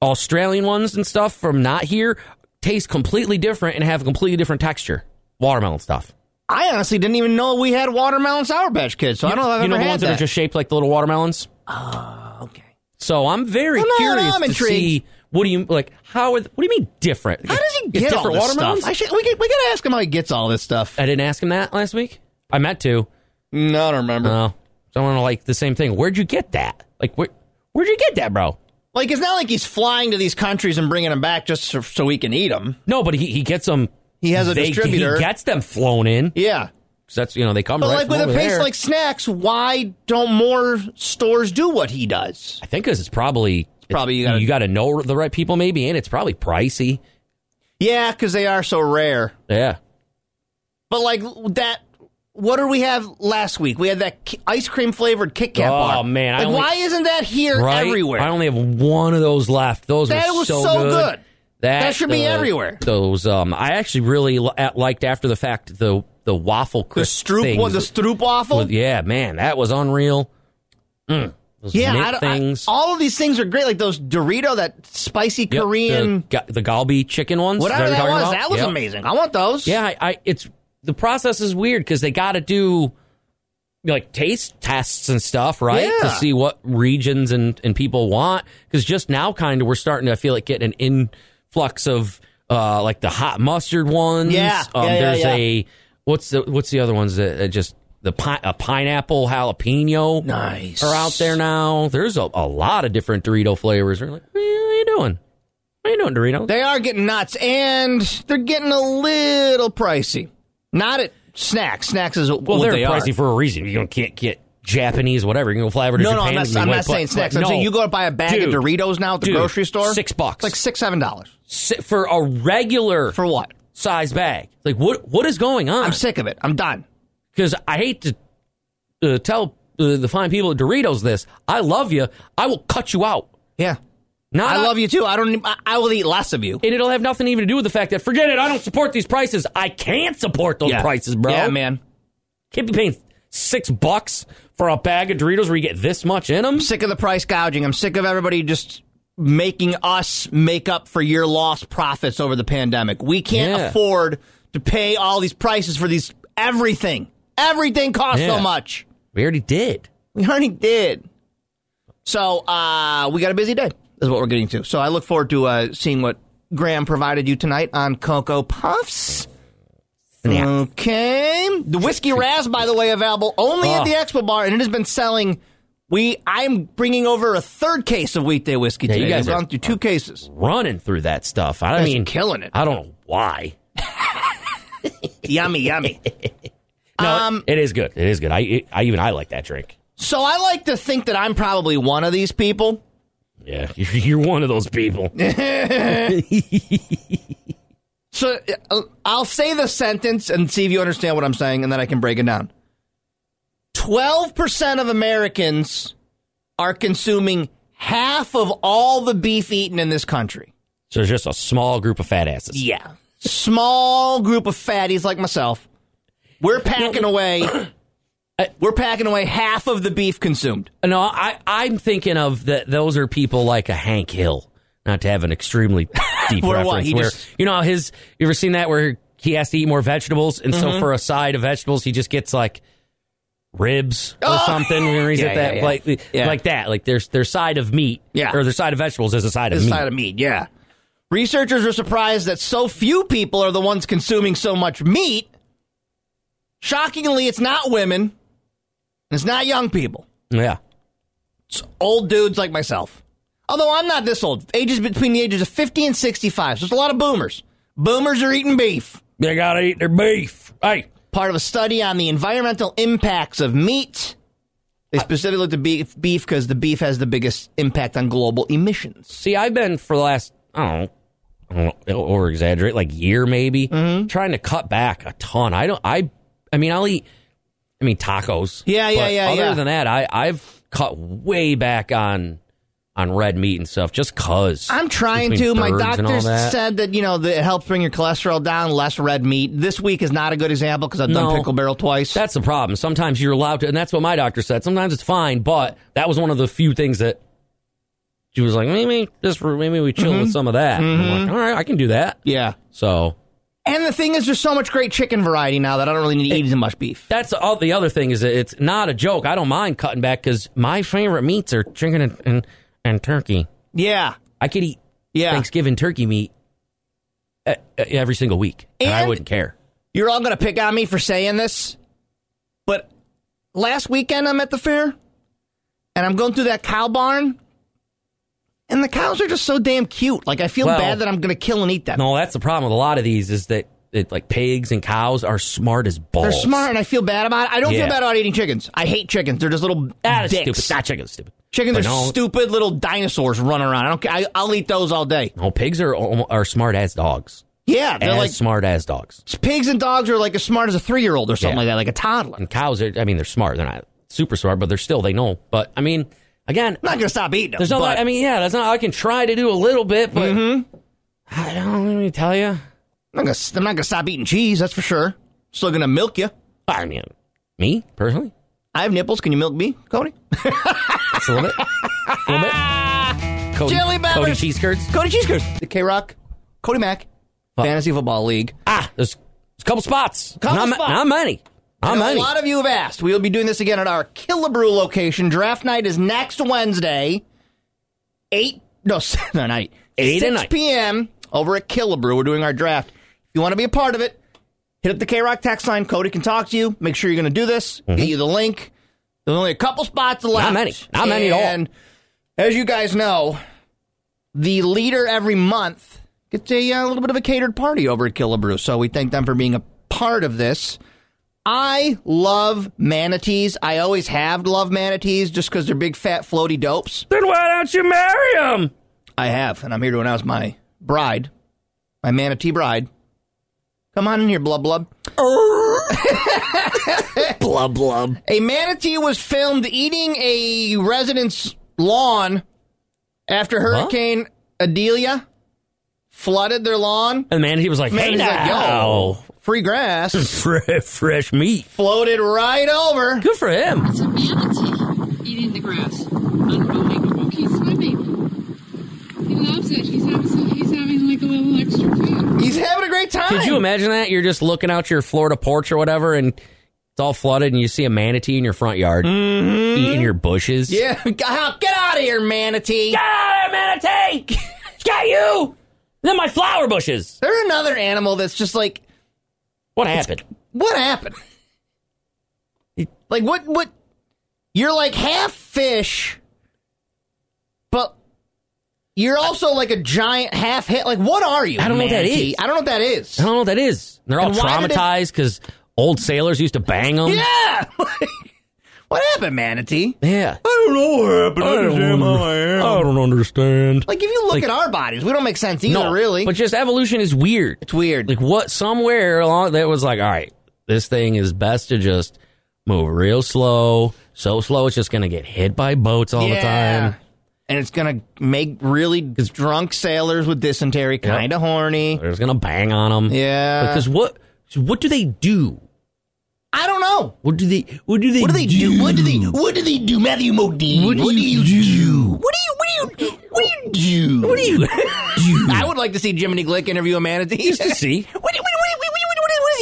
S1: Australian ones and stuff from not here taste completely different and have a completely different texture. Watermelon stuff.
S2: I honestly didn't even know we had watermelon sour patch kids, so I don't know if I've
S1: you know
S2: ever
S1: the
S2: had
S1: ones
S2: that. Oh,
S1: that are just shaped like the little watermelons.
S2: okay.
S1: So I'm very
S2: Well, no, no,
S1: curious
S2: I'm
S1: to
S2: intrigued.
S1: see what do you like? How are th- what do you mean different?
S2: How does he
S1: It's
S2: get
S1: different
S2: all this
S1: watermelons?
S2: stuff? I should, we, could, we gotta ask him how he gets all this stuff.
S1: I didn't ask him that last week. I meant to. Oh,
S2: No, I don't remember.
S1: No. Someone like the same thing. Where'd you get that? Like where? Where'd you get that, bro?
S2: Like, it's not like he's flying to these countries and bringing them back just so, so he can eat them.
S1: No, but he, he gets them.
S2: He has a
S1: they-
S2: distributor.
S1: He gets them flown in.
S2: Yeah.
S1: 'Cause that's you know they come.
S2: But
S1: right
S2: like
S1: from
S2: with a
S1: over
S2: place
S1: there.
S2: like Snacks, why don't more stores do what he does?
S1: I think 'cause it's probably
S2: probably you
S1: it's-
S2: gotta-
S1: you got to know the right people maybe, and it's probably pricey.
S2: Yeah, because they are so rare.
S1: Yeah.
S2: But like that, what did we have last week? We had that ki- ice cream flavored Kit Kat
S1: Oh,
S2: bar.
S1: man, I
S2: like
S1: only-
S2: why isn't that here
S1: Right.
S2: everywhere?
S1: I only have one of those left. Those
S2: That
S1: were
S2: was
S1: so,
S2: so
S1: good.
S2: good.
S1: That,
S2: That should be
S1: uh,
S2: everywhere.
S1: Those um, I actually really li- at- liked after the fact the the waffle
S2: the
S1: crisp
S2: stroop one, the
S1: things.
S2: stroop waffle.
S1: With- yeah, man, that was unreal. Mm. Those
S2: yeah,
S1: mint
S2: I, don't- I-
S1: things.
S2: all of these things are great. Like those Dorito, that spicy
S1: Yep,
S2: Korean,
S1: the, ga- the galbi chicken ones. Is
S2: whatever
S1: what
S2: that
S1: you're
S2: was.
S1: talking about?
S2: That was
S1: Yep.
S2: amazing. I want those.
S1: Yeah, I, I it's the process is weird because they got to do like taste tests and stuff, right?
S2: Yeah.
S1: To see what regions and and people want. Because just now, kind of, we're starting to feel like getting an influx of uh like the hot mustard ones.
S2: Yeah,
S1: um,
S2: yeah, yeah,
S1: there's
S2: yeah.
S1: a what's the what's the other ones that, that just the pi- a pineapple jalapeno
S2: Nice.
S1: are out there now. There's a, a lot of different Dorito flavors. We're like, what are you doing? What are you doing, Dorito?
S2: They are getting nuts, and they're getting a little pricey. Not at snacks. Snacks is what
S1: Well,
S2: what
S1: they're
S2: they
S1: pricey
S2: are.
S1: for a reason. You can't get Japanese, whatever. You can go fly over to
S2: no, no,
S1: Japan.
S2: I'm
S1: and
S2: not,
S1: be
S2: I'm
S1: like,
S2: not saying
S1: but-
S2: snacks.
S1: but
S2: I'm
S1: no.
S2: saying you go buy a bag
S1: Dude,
S2: of Doritos now at the
S1: dude,
S2: grocery store.
S1: six bucks.
S2: It's like six, seven dollars
S1: Si- for a regular
S2: for what?
S1: size bag. Like what? What is going on?
S2: I'm sick of it. I'm done.
S1: Because I hate to uh, tell uh, the fine people at Doritos this. I love you. I will cut you out.
S2: Yeah,
S1: Not
S2: I love you too. I don't. e, I, I will eat less of you.
S1: And it'll have nothing even to do with the fact that forget it. I don't support these prices. I can't support those
S2: yeah.
S1: prices, bro.
S2: Yeah, man.
S1: Can't be paying six bucks for a bag of Doritos where you get this much in them.
S2: I'm sick of the price gouging. I'm sick of everybody just making us make up for your lost profits over the pandemic. We can't
S1: Yeah.
S2: afford to pay all these prices for these everything. Everything costs
S1: Yeah.
S2: so much.
S1: We already did.
S2: We already did. So uh, we got a busy day. Is what we're getting to. So I look forward to uh, seeing what Graham provided you tonight on Cocoa Puffs. Okay. The whiskey Raz, by the way, available only at
S1: Oh.
S2: the Expo Bar, and it has been selling. We I'm bringing over a third case of weekday whiskey
S1: Yeah, you
S2: today.
S1: guys
S2: We've
S1: are-
S2: gone through two cases.
S1: running through that stuff. I
S2: Guys are
S1: mean,
S2: killing it.
S1: I don't know why.
S2: yummy, yummy.
S1: No,
S2: Um,
S1: it is good. It is good. I, it, I even I like that drink.
S2: So I like to think that I'm probably one of these people.
S1: Yeah, you're, you're one of those people.
S2: So uh, I'll say the sentence and see if you understand what I'm saying, and then I can break it down. 12% of Americans are consuming half of all the beef eaten in this country.
S1: so it's just a small group of fat asses.
S2: Yeah. Small group of fatties like myself. We're packing away We're packing away half of the beef consumed.
S1: No, I, I'm thinking of that. Those are people like a Hank Hill. Not to have an extremely deep
S2: Where
S1: reference.
S2: what? He
S1: where
S2: just-
S1: you know his. You ever seen that where he has to eat more vegetables, and
S2: Mm-hmm.
S1: so for a side of vegetables, he just gets like ribs or
S2: Oh!
S1: something. Where he's
S2: Yeah,
S1: at
S2: yeah,
S1: that
S2: yeah.
S1: like
S2: Yeah.
S1: like that. Like their their side of meat,
S2: Yeah.
S1: or their side of vegetables is a side
S2: This
S1: of meat.
S2: side of meat, yeah. Researchers are surprised that so few people are the ones consuming so much meat. Shockingly, it's not women, and it's not young people.
S1: yeah,
S2: It's old dudes like myself. Although I'm not this old. Ages between the ages of 50 and 65. So there's a lot of boomers. Boomers are eating beef.
S1: they gotta eat their beef. Hey,
S2: Part of a study on the environmental impacts of meat. They specifically looked at beef because the beef has the biggest impact on global emissions.
S1: See, I've been for the last, I don't know, I don't know, over exaggerate, like year maybe,
S2: Mm-hmm.
S1: trying to cut back a ton. I don't, I, I mean, I'll eat, I mean, tacos.
S2: Yeah, yeah,
S1: but
S2: yeah,
S1: Other
S2: yeah.
S1: than that, I, I've cut way back on, on red meat and stuff just cause.
S2: I'm trying
S1: Between
S2: to. My
S1: birds and all
S2: doctor
S1: that.
S2: said that you know that it helps bring your cholesterol down, less red meat. This week is not a good example because I've done
S1: No.
S2: pickle barrel twice.
S1: That's the problem. Sometimes you're allowed to, and that's what my doctor said. Sometimes it's fine, but that was one of the few things that she was like, maybe just maybe we chill
S2: Mm-hmm.
S1: with some of that. And I'm like, all right, I can do that.
S2: yeah.
S1: So
S2: And the thing is, there's so much great chicken variety now that I don't really need to eat as much beef.
S1: That's all. The other thing is that it's not a joke. I don't mind cutting back because my favorite meats are chicken and, and, and turkey.
S2: Yeah.
S1: I could eat
S2: Yeah.
S1: Thanksgiving turkey meat e- e- every single week, and, I
S2: And-
S1: wouldn't care.
S2: You're all gonna pick on me for saying this, but last weekend I'm at the fair, and I'm going through that cow barn, and the cows are just so damn cute. Like I feel
S1: Well-
S2: bad that I'm gonna kill and eat them.
S1: No, that's the problem with a lot of these is that it, like pigs and cows are smart as balls.
S2: They're smart, and I feel bad about it. I don't
S1: Yeah.
S2: feel bad about eating chickens. I hate chickens. They're just little
S1: That is
S2: dicks.
S1: stupid. Not chickens, stupid.
S2: Chickens
S1: But
S2: are
S1: no,
S2: stupid little dinosaurs running around. I don't. ca- I, I'll eat those all day.
S1: No, pigs are al- are smart as dogs.
S2: Yeah, they're
S1: As
S2: like
S1: smart as dogs.
S2: pigs and dogs are like as smart as a three year old or something
S1: Yeah. Mm.
S2: like that, like a toddler. I'm
S1: And cows are. I mean, they're smart. They're not super smart, but they're still. They know. But I mean, again,
S2: not gonna stop eating them.
S1: There's no.
S2: but- Mm-hmm.
S1: I mean, yeah, that's not. I can try to do a little bit, but I don't. Let me tell you.
S2: I'm not, gonna, I'm not gonna stop eating cheese. That's for sure. Still gonna milk you.
S1: I mean, me personally,
S2: I have nipples. Can you milk me, Cody?
S1: that's a little bit. a little bit. Cody,
S2: Jelly Bebbers.
S1: Cody cheese curds.
S2: Cody Cheesekers, the K Rock, Cody Mack, Fantasy Football League.
S1: Ah, there's, there's a couple spots.
S2: Couple
S1: not, ma-
S2: spots.
S1: not many. Not
S2: I know
S1: many.
S2: A lot of you have asked. We will be doing this again at our Killabrew location. Draft night is next Wednesday, eight no, no not eight,
S1: Eight at
S2: 6
S1: night.
S2: p.m. over at Killabrew. We're doing our draft. If you want to be a part of it, hit up the K Rock text line. Cody can talk to you. Make sure you're going to do this. Get you the link. There's only a couple spots left.
S1: many. Mm-hmm. Not many at all.
S2: And as you guys know, the leader every month gets a uh, little bit of a catered party over at Killabrew. So we thank them for being a part of this. I love manatees. I always have loved manatees just because they're big, fat, floaty dopes.
S1: then why don't you marry him?
S2: I have, and I'm here to announce my bride, my manatee bride. Come on in here, blub blub.
S1: Blub blub.
S2: A manatee was filmed eating a resident's lawn after Hurricane Adelia flooded their lawn.
S1: And man, he was like, "Hey
S2: Manatee's like,
S1: now,
S2: yo, free grass.
S1: fresh, fresh meat.
S2: floated right over.
S1: Good for him.
S7: It's a manatee eating the grass. Unbelievable. He's swimming. He loves it. He's having, some, he's having like a little extra food.
S2: He's having a great time.
S1: Could you imagine that? You're just looking out your Florida porch or whatever, and it's all flooded, and you see a manatee in your front yard
S2: Mm-hmm.
S1: eating your bushes.
S2: Yeah, get out of here, manatee.
S1: out of there, manatee! it's got you! Then my flower bushes.
S2: There's another animal that's just like,
S1: What happened?
S2: what happened? Like what? What? You're like half fish, but you're also like a giant half hit. Like what are you?
S1: I don't know what that
S2: manatee?
S1: is.
S2: I don't know what that is.
S1: I don't know what that is. They're all
S2: And why did it-
S1: traumatized because old sailors used to bang them.
S2: Yeah. what happened, manatee?
S1: Yeah.
S2: I don't know what happened.
S1: I don't, understand.
S2: Like if you look
S1: Like-
S2: at our bodies, we don't make sense either. really,
S1: But just evolution is weird.
S2: it's weird.
S1: Like what? Somewhere along that was like, all right, this thing is best to just move real slow. So slow, it's just gonna get hit by boats all the time.
S2: And it's gonna make really drunk sailors with dysentery kind of horny.
S1: They're just gonna bang on them.
S2: Yeah.
S1: Because what? What do they do?
S2: I don't know.
S1: What do they? What do they?
S2: What do they do? What do they? What do they do, Matthew Modine? What do, you do? What do you? What do you? What do you do? What do you do? I would like to see Jiminy Glick interview a manatee.
S1: Just to see.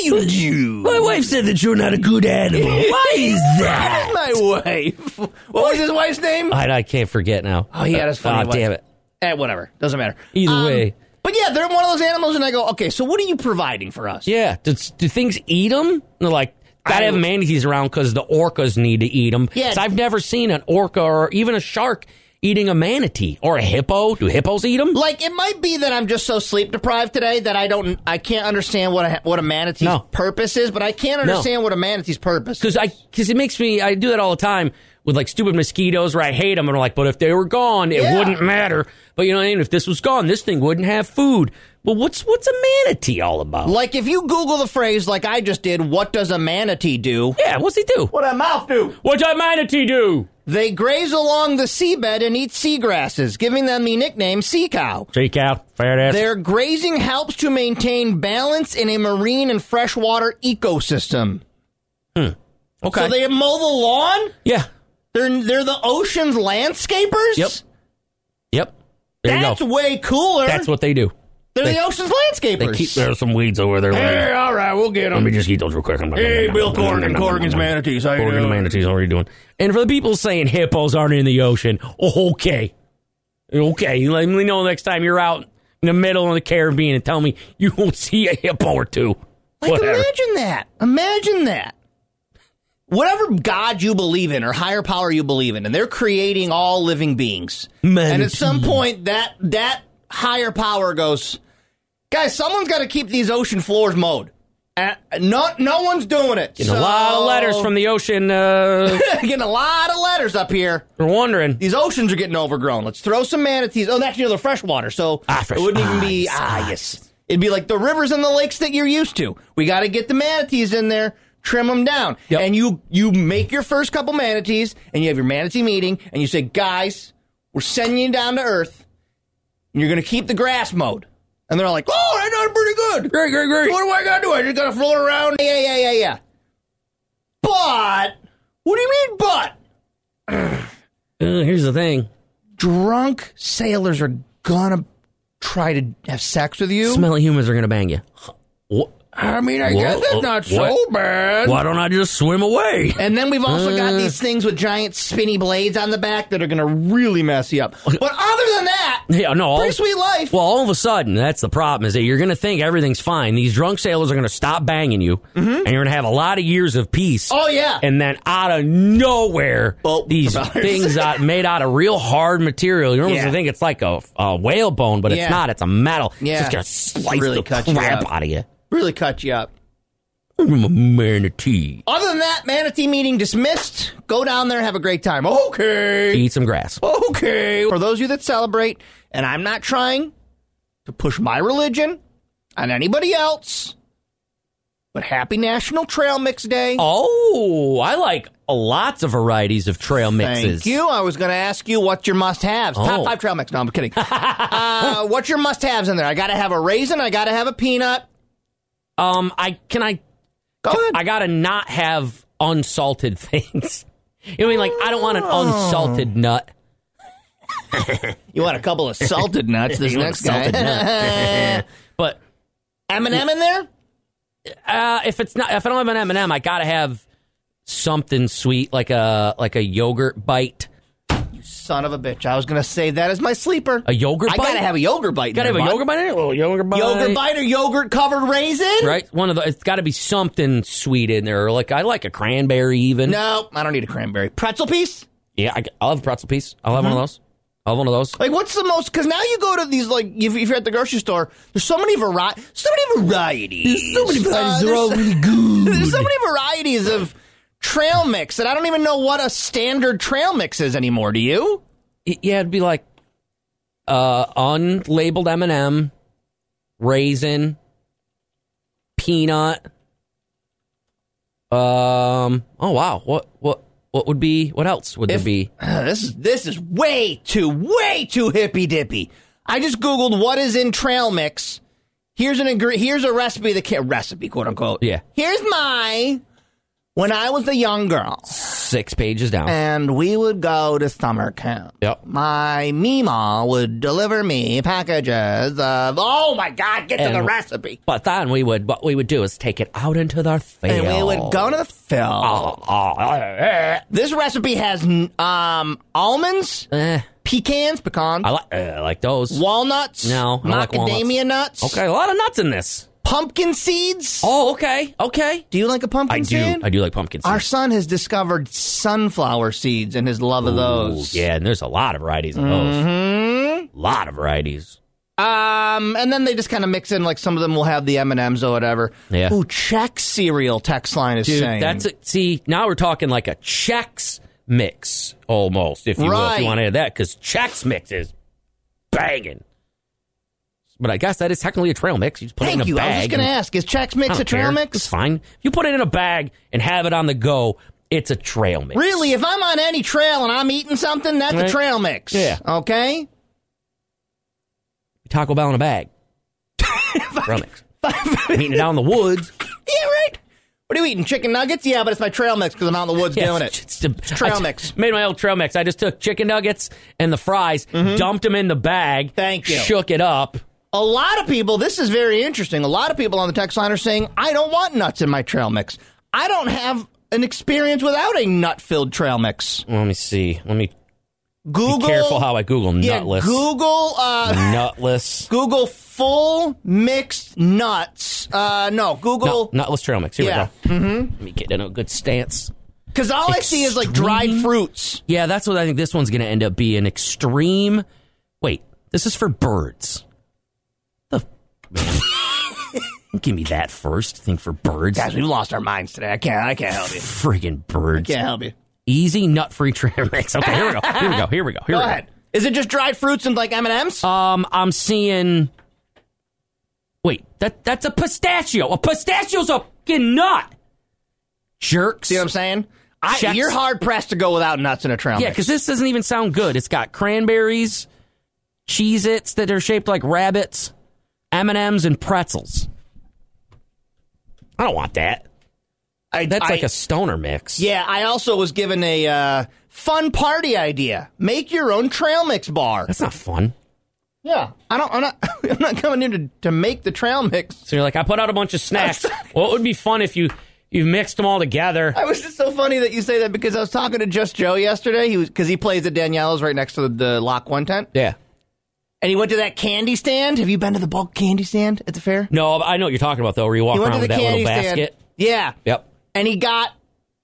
S2: What, what, what, what, what, what do you do?
S1: My wife said that you're not a good animal. Why is that?
S2: My wife. What, was his wife's name?
S1: I, I can't forget now.
S2: Oh, he had his funny
S1: Ah,
S2: wife.
S1: damn it.
S2: Eh, whatever. Doesn't matter. Um,
S1: Either way.
S2: But yeah, they're one of those animals, and I go, okay, so what are you providing for us?
S1: Yeah. Do, do things eat them? They're like, gotta
S2: I-
S1: have manatees around because the orcas need to eat them.
S2: Yeah.
S1: I've never seen an orca or even a shark eating a manatee or a hippo. Do hippos eat them?
S2: Like it might be that I'm just so sleep deprived today that I don't, I can't understand what a, what a manatee's
S1: No.
S2: purpose is, but I can't
S1: No.
S2: understand what a manatee's purpose.
S1: because I because it makes me I do that all the time with like stupid mosquitoes where I hate them and I'm like, but if they were gone, it
S2: Yeah.
S1: wouldn't matter. But you know, what I mean? if this was gone, this thing wouldn't have food. Well, what's what's a manatee all about?
S2: Like if you Google the phrase like I just did, what does a manatee do?
S1: yeah, what's he do?
S2: What a mouth do?
S1: What's a manatee do?
S2: They graze along the seabed and eat seagrasses, giving them the nickname sea cow.
S1: Cheek out, fair ass.
S2: Their grazing helps to maintain balance in a marine and freshwater ecosystem.
S1: okay,
S2: So they mow the lawn?
S1: yeah,
S2: They're they're the ocean's landscapers?
S1: Yep. yep. There you
S2: That's
S1: go.
S2: way cooler.
S1: That's what they do.
S2: they're
S1: they-
S2: the ocean's
S1: They
S2: landscapers.
S1: keep there's some weeds over there.
S2: hey, all right, we'll get
S1: Let me
S2: them.
S1: just eat those real quick.
S2: Hey, Bill Corrigan, Corrigan's manatees. How you
S1: Corrigan
S2: doing?
S1: manatees, how are you doing? And for the people saying hippos aren't in the ocean, okay, okay, let me know next time you're out in the middle of the Caribbean and tell me you won't see a hippo or two.
S2: Like,
S1: Whatever.
S2: imagine that. Imagine that. Whatever God you believe in or higher power you believe in, and they're creating all living beings. And at some point, that that higher power goes, guys, someone's got to keep these ocean floors mowed. And not, no one's doing it.
S1: Getting a lot of letters from the ocean. Uh,
S2: getting a lot of letters up here.
S1: we're wondering.
S2: These oceans are getting overgrown. Let's throw some manatees. Oh, that's you know, the freshwater, so
S1: Ah, fresh-
S2: it wouldn't even
S1: ah,
S2: be
S1: yes,
S2: ah
S1: ah,
S2: yes. It'd be like the rivers and the lakes that you're used to. We got to get the manatees in there, trim them down,
S1: Yep.
S2: and you you make your first couple manatees, and you have your manatee meeting, and you say, guys, we're sending you down to Earth, and you're gonna keep the grass mowed. And they're all like, oh, I done pretty good.
S1: Great, great, great.
S2: What do I gotta do? I just gotta float around. Yeah, yeah, yeah, yeah. But what do you mean, but?
S1: Uh, here's the thing.
S2: drunk sailors are gonna try to have sex with you.
S1: Smelly humans are going to bang you. Wha-
S2: I mean, I
S1: Whoa,
S2: guess
S1: uh,
S2: it's not so
S1: what? Uh.
S2: bad.
S1: Why don't I just swim away?
S2: And then we've also got these things with giant spinny blades on the back that are gonna really mess you up. But other than that,
S1: Yeah, no. all-
S2: pretty sweet life.
S1: Well, all of a sudden, that's the problem is that you're going to think everything's fine. These drunk sailors are going to stop banging you, and you're going to have a lot of years of peace.
S2: Mm-hmm. oh yeah.
S1: And then out of nowhere,
S2: Boat
S1: these
S2: propellers.
S1: things out, made out of real hard material. You almost
S2: Yeah.
S1: think it's like a, a whale bone, but
S2: Yeah.
S1: it's not. It's a metal. It's
S2: Yeah.
S1: just going to slice
S2: Really
S1: the
S2: cut you
S1: crap
S2: up.
S1: out of you.
S2: really cut you up.
S1: I'm a manatee.
S2: Other than that, manatee meeting dismissed. Go down there, have a great time. Okay.
S1: Eat some grass.
S2: Okay. For those of you that celebrate, and I'm not trying to push my religion on anybody else, but happy National Trail Mix Day.
S1: Oh, I like lots of varieties of trail mixes.
S2: Thank you. I was going to ask you what your must haves.
S1: Oh.
S2: Top five trail mix. No, I'm kidding. uh, what's your must haves in there? I got to have a raisin. I got to have a peanut.
S1: Um, I can I
S2: Go ahead.
S1: I gotta not have unsalted things. You know what I mean? Like I don't want an
S2: Oh.
S1: unsalted nut.
S2: you want a couple of salted nuts, this
S1: You want
S2: next
S1: a salted
S2: guy.
S1: nut. But
S2: M&M in there?
S1: uh, if it's not, if I don't have an M and m I gotta have something sweet, like a like a yogurt bite.
S2: Son of a bitch. I was going to say that as my sleeper.
S1: A yogurt
S2: I
S1: bite?
S2: got to have a yogurt bite. in
S1: Gotta have
S2: there,
S1: a
S2: bud.
S1: yogurt bite. in it? A little yogurt bite.
S2: Yogurt bite or yogurt covered raisin?
S1: Right, one of the. It's got to be something sweet in there. or Like I like a cranberry, even.
S2: No, I don't need a cranberry. Pretzel piece?
S1: Yeah, I, will have a pretzel piece. I'll have one
S2: Mm-hmm.
S1: of those. I'll have one of those.
S2: Like, what's the most? Because now you go to these, like, if, if you're at the grocery store, there's so many variety, so many varieties. Uh, There's so many varieties. They're all really good. There's so many varieties of trail mix that I don't even know what a standard trail mix is anymore. Do you?
S1: Y- yeah, it'd be like uh, unlabeled M and m raisin, peanut. Um. Oh wow. What what what would be? What else would there be?
S2: Uh, this is this is way too way too hippy dippy. I just googled what is in trail mix. Here's an ingre- here's a recipe that can't recipe quote unquote.
S1: Yeah.
S2: Here's my When I was a young girl,
S1: Six pages down.
S2: and we would go to summer camp.
S1: Yep.
S2: My Mima would deliver me packages of, oh my God, get to the
S1: And-
S2: recipe.
S1: But then we would what we would do is take it out into the field.
S2: And we would go to the field.
S1: Oh, oh, eh,
S2: This recipe has um, almonds,
S1: eh.
S2: pecans, pecans,
S1: I like eh, I like those.
S2: walnuts,
S1: No, I like
S2: macadamia nuts,
S1: Okay, a lot of nuts in this.
S2: pumpkin seeds.
S1: Oh, okay, okay.
S2: Do you like a pumpkin
S1: I do.
S2: seed?
S1: I do like pumpkin seeds.
S2: Our son has discovered sunflower seeds and his love of those. Mm-hmm.
S1: Ooh, yeah, and there's a lot of varieties of those. A lot of varieties.
S2: Um, and then they just kind of mix in like some of them will have the M and M's or whatever.
S1: Yeah.
S2: Ooh, check cereal text line is
S1: Dude,
S2: saying
S1: that's a, see now we're talking like a Chex mix almost, if you will, if
S2: Right.
S1: you want to add that, because Chex mix is banging. But I guess that is technically a trail mix. You just put
S2: Thank
S1: it in a
S2: you. I
S1: bag.
S2: was just gonna
S1: and-
S2: ask: Is Chex
S1: I
S2: Mix
S1: don't
S2: a trail
S1: care. It's
S2: mix?
S1: fine. If you put it in a bag and have it on the go, it's a trail mix.
S2: Really, if I'm on any trail and I'm eating something, that's
S1: Right.
S2: a trail mix.
S1: Yeah.
S2: Okay.
S1: Taco Bell in a bag. trail mix. I'm eating it out in the woods.
S2: Yeah. Right. What are you eating? Chicken nuggets? Yeah, but it's my trail mix because I'm out in the woods
S1: Yeah,
S2: doing
S1: it's-
S2: it.
S1: it's the-
S2: trail
S1: I t-
S2: mix.
S1: Made my old trail mix. I just took chicken nuggets and the fries, dumped them in the bag.
S2: Mm-hmm. Thank you.
S1: Shook it up.
S2: A lot of people, this is very interesting. A lot of people on the text line are saying, I don't want nuts in my trail mix. I don't have an experience without a nut filled trail mix.
S1: Let me see. Let me
S2: Google.
S1: be careful how I Google
S2: yeah,
S1: nutless.
S2: Google, uh,
S1: nutless.
S2: Google full mixed nuts. Uh, no, Google.
S1: No, nutless trail mix. Here
S2: Yeah.
S1: we go. Mm-hmm. Let me get in a good stance.
S2: Because all I see is like dried
S1: Extreme?
S2: fruits.
S1: Yeah, that's what I think this one's going to end up being. Extreme. Wait, this is for birds. The give me that first. Think for birds.
S2: Guys, we've lost our minds today. I can't, I can't help you.
S1: Friggin' birds.
S2: Can't help you.
S1: Easy nut free trail mix. Okay, here we go. Here we go. Here we go. Here
S2: Go
S1: we go.
S2: ahead. Is it just dried fruits and like M&M's?
S1: Um, I'm seeing. Wait, that that's a pistachio. A pistachio's a fucking nut. Jerks.
S2: See what I'm saying? I,
S1: Chex-
S2: you're hard pressed to go without nuts in a trail
S1: yeah,
S2: mix.
S1: because this doesn't even sound good. It's got cranberries, Cheez-Its that are shaped like rabbits, M and M's, and pretzels. I don't want that.
S2: I-
S1: That's
S2: I-
S1: like a stoner mix.
S2: Yeah, I also was given a uh, fun party idea. Make your own trail mix bar.
S1: that's not fun.
S2: Yeah, I don't. I'm not. I'm not coming in to, to make the trail mix.
S1: So you're like, I put out a bunch of snacks. well, it would be fun if you you mixed them all together.
S2: I was just so funny that you say that because I was talking to Just Joe yesterday. He was because he plays at Danielle's right next to the, the Lock One tent,
S1: Yeah.
S2: and he went to that candy stand. Have you been to the bulk candy stand at the fair?
S1: No, I know what you're talking about though. Where you walk
S2: he went
S1: around
S2: to the
S1: with that
S2: candy
S1: little basket.
S2: stand. Yeah.
S1: Yep.
S2: and he got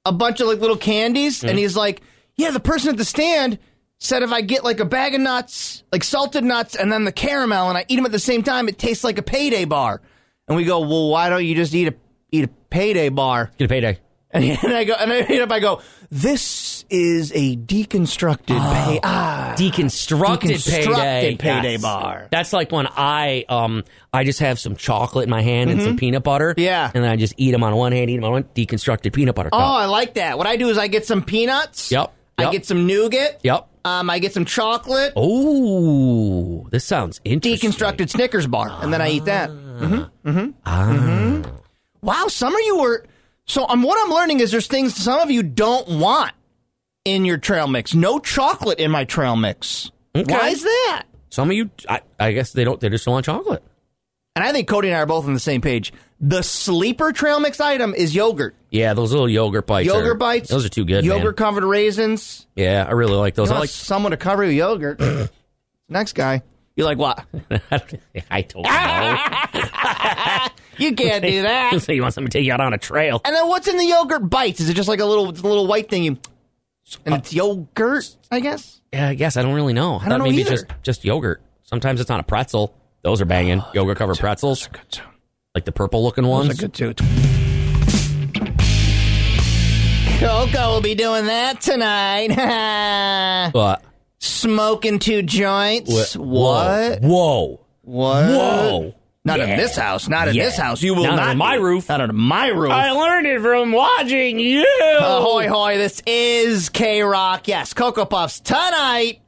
S2: a bunch of like little candies and he's like yeah the person at the stand said if i get like a bag of nuts like salted nuts and then the caramel and i eat them at the same time it tastes like a payday bar and we go well why don't you just eat a eat a payday bar
S1: Get a payday.
S2: and, and i go and i end up i go this is a deconstructed pay ah
S1: Deconstructed,
S2: Deconstructed
S1: payday.
S2: payday bar.
S1: That's like when I um I just have some chocolate in my hand and some peanut butter.
S2: Mm-hmm. Yeah.
S1: And then I just eat them on one hand, eat them on one. Deconstructed peanut butter
S2: oh
S1: cup.
S2: i like that what i do is i get some peanuts
S1: Yep,
S2: i
S1: yep.
S2: get some nougat
S1: Yep.
S2: um i get some chocolate
S1: Oh, this sounds interesting. Ah.
S2: deconstructed Snickers bar, and then I eat that. Mm-hmm. Mm-hmm. Wow, some of you were. So um, what I'm learning is there's things some of you don't want in your trail mix. No chocolate in my trail mix.
S1: Okay.
S2: Why is that?
S1: Some of you, I, I guess they don't. They just don't want chocolate.
S2: And I think Cody and I are both on the same page. The sleeper trail mix item is yogurt.
S1: Yeah, those little yogurt bites.
S2: Yogurt
S1: are-
S2: bites.
S1: Those are too good. man.
S2: Yogurt covered raisins.
S1: Yeah, I really like those.
S2: You
S1: I
S2: want
S1: like.
S2: someone to cover you with yogurt. Next guy. You're like, what?
S1: I don't know.
S2: You can't do that.
S1: so you want somebody to take you out on a trail?
S2: And then what's in the yogurt bites? Is it just like a little it's a little white thing? You, and it's yogurt, I guess.
S1: Yeah, I guess I don't really know. I
S2: don't know
S1: maybe
S2: either.
S1: just just yogurt. Sometimes it's on a pretzel. Those are banging.
S2: Oh,
S1: yogurt covered pretzels. Like the purple looking ones.
S2: toot. Coco will be doing that tonight.
S1: But
S2: Smoking two joints.
S1: wh-
S2: What?
S1: Whoa.
S2: What?
S1: Whoa.
S2: Not
S1: Yeah.
S2: in this house. Not in
S1: Yeah.
S2: this house. You will
S1: Not
S2: not.
S1: under my
S2: be-
S1: roof.
S2: Not under my roof.
S1: I learned it from watching you.
S2: Ahoy, hoy. This is K Rock. Yes, Cocoa Puffs tonight.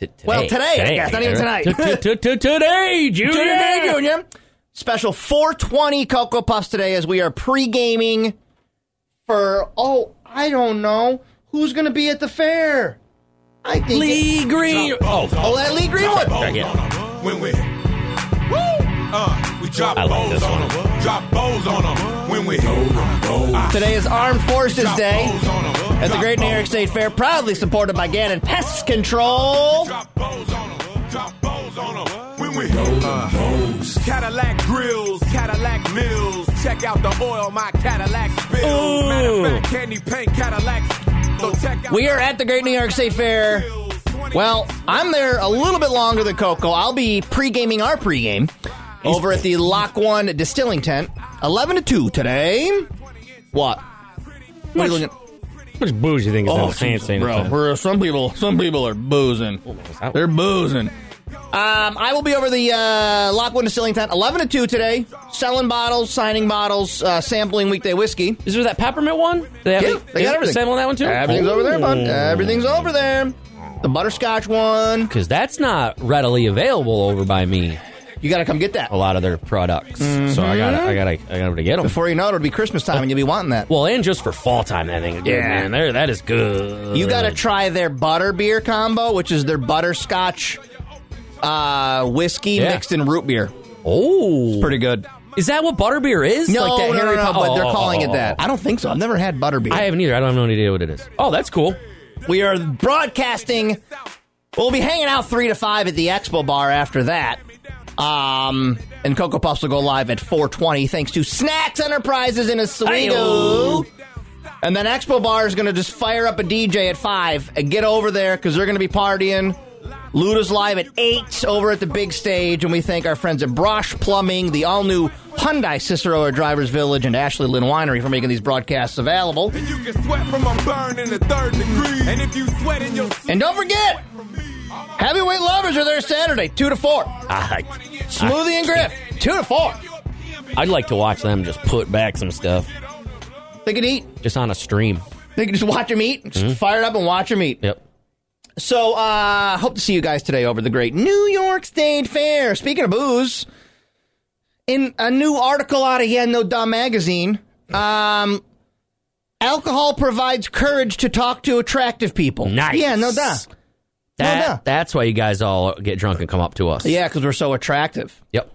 S1: T-
S2: Well, today, I guess, not even tonight.
S1: T- t- t- t- Today, Junior.
S2: Today, Junior. Special 420 Cocoa Puffs today as we are pre gaming for oh I don't know who's going to be at the fair. I think
S1: Lee Green. Oh,
S2: Oh, that Lee Green one.
S1: I get it.
S4: Win win. Uh, we drop
S1: I like
S4: bows
S1: this
S4: on
S1: one.
S4: 'em. Drop bows on 'em. Win win.
S2: Today is Armed Forces
S4: Drop
S2: Day
S4: bows on 'em.
S2: at the
S4: Drop
S2: Great New York
S4: bows
S2: State Fair, proudly supported by Gannon Pest Control.
S4: Drop bows on 'em. Drop bows on 'em. When we uh, Cadillac grills, Cadillac mills. Check out the oil my Cadillac spills. Matter of fact, candy paint Cadillacs. So check out
S2: We are at the Great New York State Fair. Well, I'm there a little bit longer than Coco. I'll be pre-gaming our pre-game over at the Lock One Distilling Tent, eleven to two today. What? What are you looking?
S1: How much booze you think is in the hand
S2: Jesus, bro, we're- some people, some people are boozing.
S1: Oh,
S2: They're boozing. Um, I will be over the uh, Lockwood Distilling Tent, eleven to two today, selling bottles, signing bottles, uh, sampling weekday whiskey.
S1: Is there that peppermint one? They have
S2: oh. Yeah, they got everything.
S1: Sample on that one too.
S2: Everything's over there, bud.
S1: Ooh.
S2: Everything's over there. The butterscotch one.
S1: Because that's not readily available over by me.
S2: You got to come get that.
S1: A lot of their products, so I gotta, I gotta, I gotta get them.
S2: Before you know it, it'll be Christmas time, and you'll be wanting that.
S1: Well, and just for fall time, that thing. is Good,
S2: Yeah.
S1: man. There, that is good.
S2: You got to try their butter beer combo, which is their butterscotch uh, whiskey
S1: Yeah.
S2: mixed in root beer.
S1: oh,
S2: Pretty good.
S1: Is that what butterbeer is?
S2: No,
S1: like that
S2: no,
S1: Harry
S2: no, no,
S1: Potter-
S2: but they're
S1: Oh,
S2: calling
S1: oh,
S2: it that.
S1: oh,
S2: I don't think so. I've never had butter beer.
S1: oh. I haven't either. I don't have no idea what it is. Oh, that's cool.
S2: we are broadcasting. We'll be hanging out three to five at the Expo Bar after that. Um, and Cocoa Puffs will go live at 4:20, thanks to Snacks Enterprises in Oswego. And then Expo Bar is going to just fire up a DJ at five and get over there because they're going to be partying. Luda's live at eight over at the big stage, and we thank our friends at Brosh Plumbing, the all-new Hyundai Cicero at Drivers Village, and Ashley Lynn Winery for making these broadcasts available.
S4: And you can sweat from a burn in the third degree. And if you sweat in your
S2: And don't forget, heavyweight lovers are there Saturday, two to four.
S1: I,
S2: Smoothie and Griff, two to four.
S1: I'd like to watch them just put back some stuff,
S2: They can eat.
S1: just on a stream.
S2: They can just watch them eat. Just fire it up and watch them eat.
S1: Yep.
S2: So, uh, hope to see you guys today over the great New York State Fair. Speaking of booze, in a new article out of Yeah No Dumb magazine, um, alcohol provides courage to talk to attractive people.
S1: Nice.
S2: Yeah, no duh.
S1: That,
S2: no.
S1: That's why you guys all get drunk and come up to us.
S2: Yeah, because we're so attractive.
S1: Yep.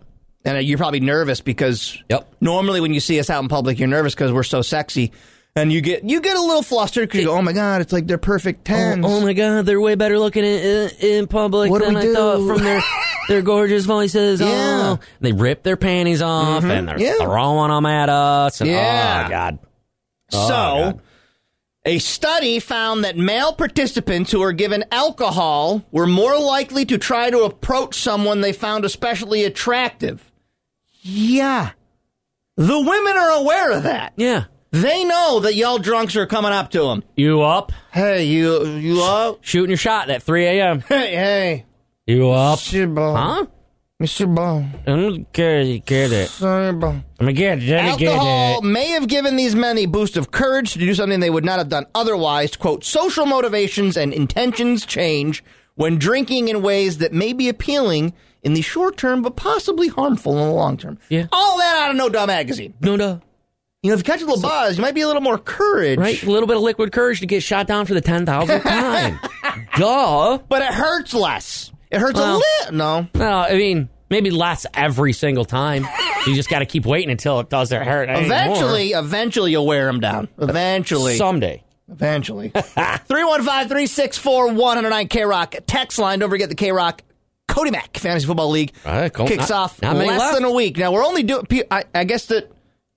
S2: and you're probably nervous because
S1: Yep.
S2: normally when you see us out in public, you're nervous because we're so sexy, and you get you get a little flustered because you go, "Oh my god, it's like they're perfect
S1: Oh,
S2: tens.
S1: oh my God, they're way better looking in, in, in public
S2: What do
S1: than
S2: we
S1: I
S2: do?
S1: thought from their their gorgeous voices.
S2: Yeah. Mm-hmm.
S1: Oh. They rip their panties off and they're
S2: Yeah.
S1: throwing them at us. And,
S2: Yeah.
S1: Oh God.
S2: So,
S1: God.
S2: a study found that male participants who were given alcohol were more likely to try to approach someone they found especially attractive. Yeah, the women are aware of that.
S1: Yeah.
S2: They know that y'all drunks are coming up to them.
S1: You up?
S2: Hey, you, you up?
S1: Shooting your shot at 3 a.m.
S2: Hey, hey,
S1: You up?
S2: Mr. Bone,
S1: Huh?
S2: Mr. Bone.
S1: I don't care. You get it. I'm gonna get it. I'm gonna get
S2: Alcohol
S1: it.
S2: may have given these men a boost of courage to do something they would not have done otherwise. Quote, social motivations and intentions change when drinking in ways that may be appealing in the short term, but possibly harmful in the long term.
S1: Yeah.
S2: All that out of No Dumb Magazine.
S1: No, no.
S2: You know, if you catch a little buzz, you might be a little more courage.
S1: Right? A little bit of liquid courage to get shot down for the 10,000th time. Duh.
S2: But it hurts less. It hurts
S1: Well-
S2: a little. No.
S1: No, I mean, maybe less every single time. You just gotta keep waiting until it doesn't hurt. anymore.
S2: Eventually, eventually you'll wear them down. Eventually.
S1: Someday.
S2: Eventually. 315 364 109 K Rock. oh Text line. Don't forget the K Rock Cody Mack Fantasy Football League
S1: All right, cool.
S2: kicks
S1: Not-
S2: off
S1: not many
S2: less
S1: left.
S2: than a week. Now, we're only doing, pe- I, I guess that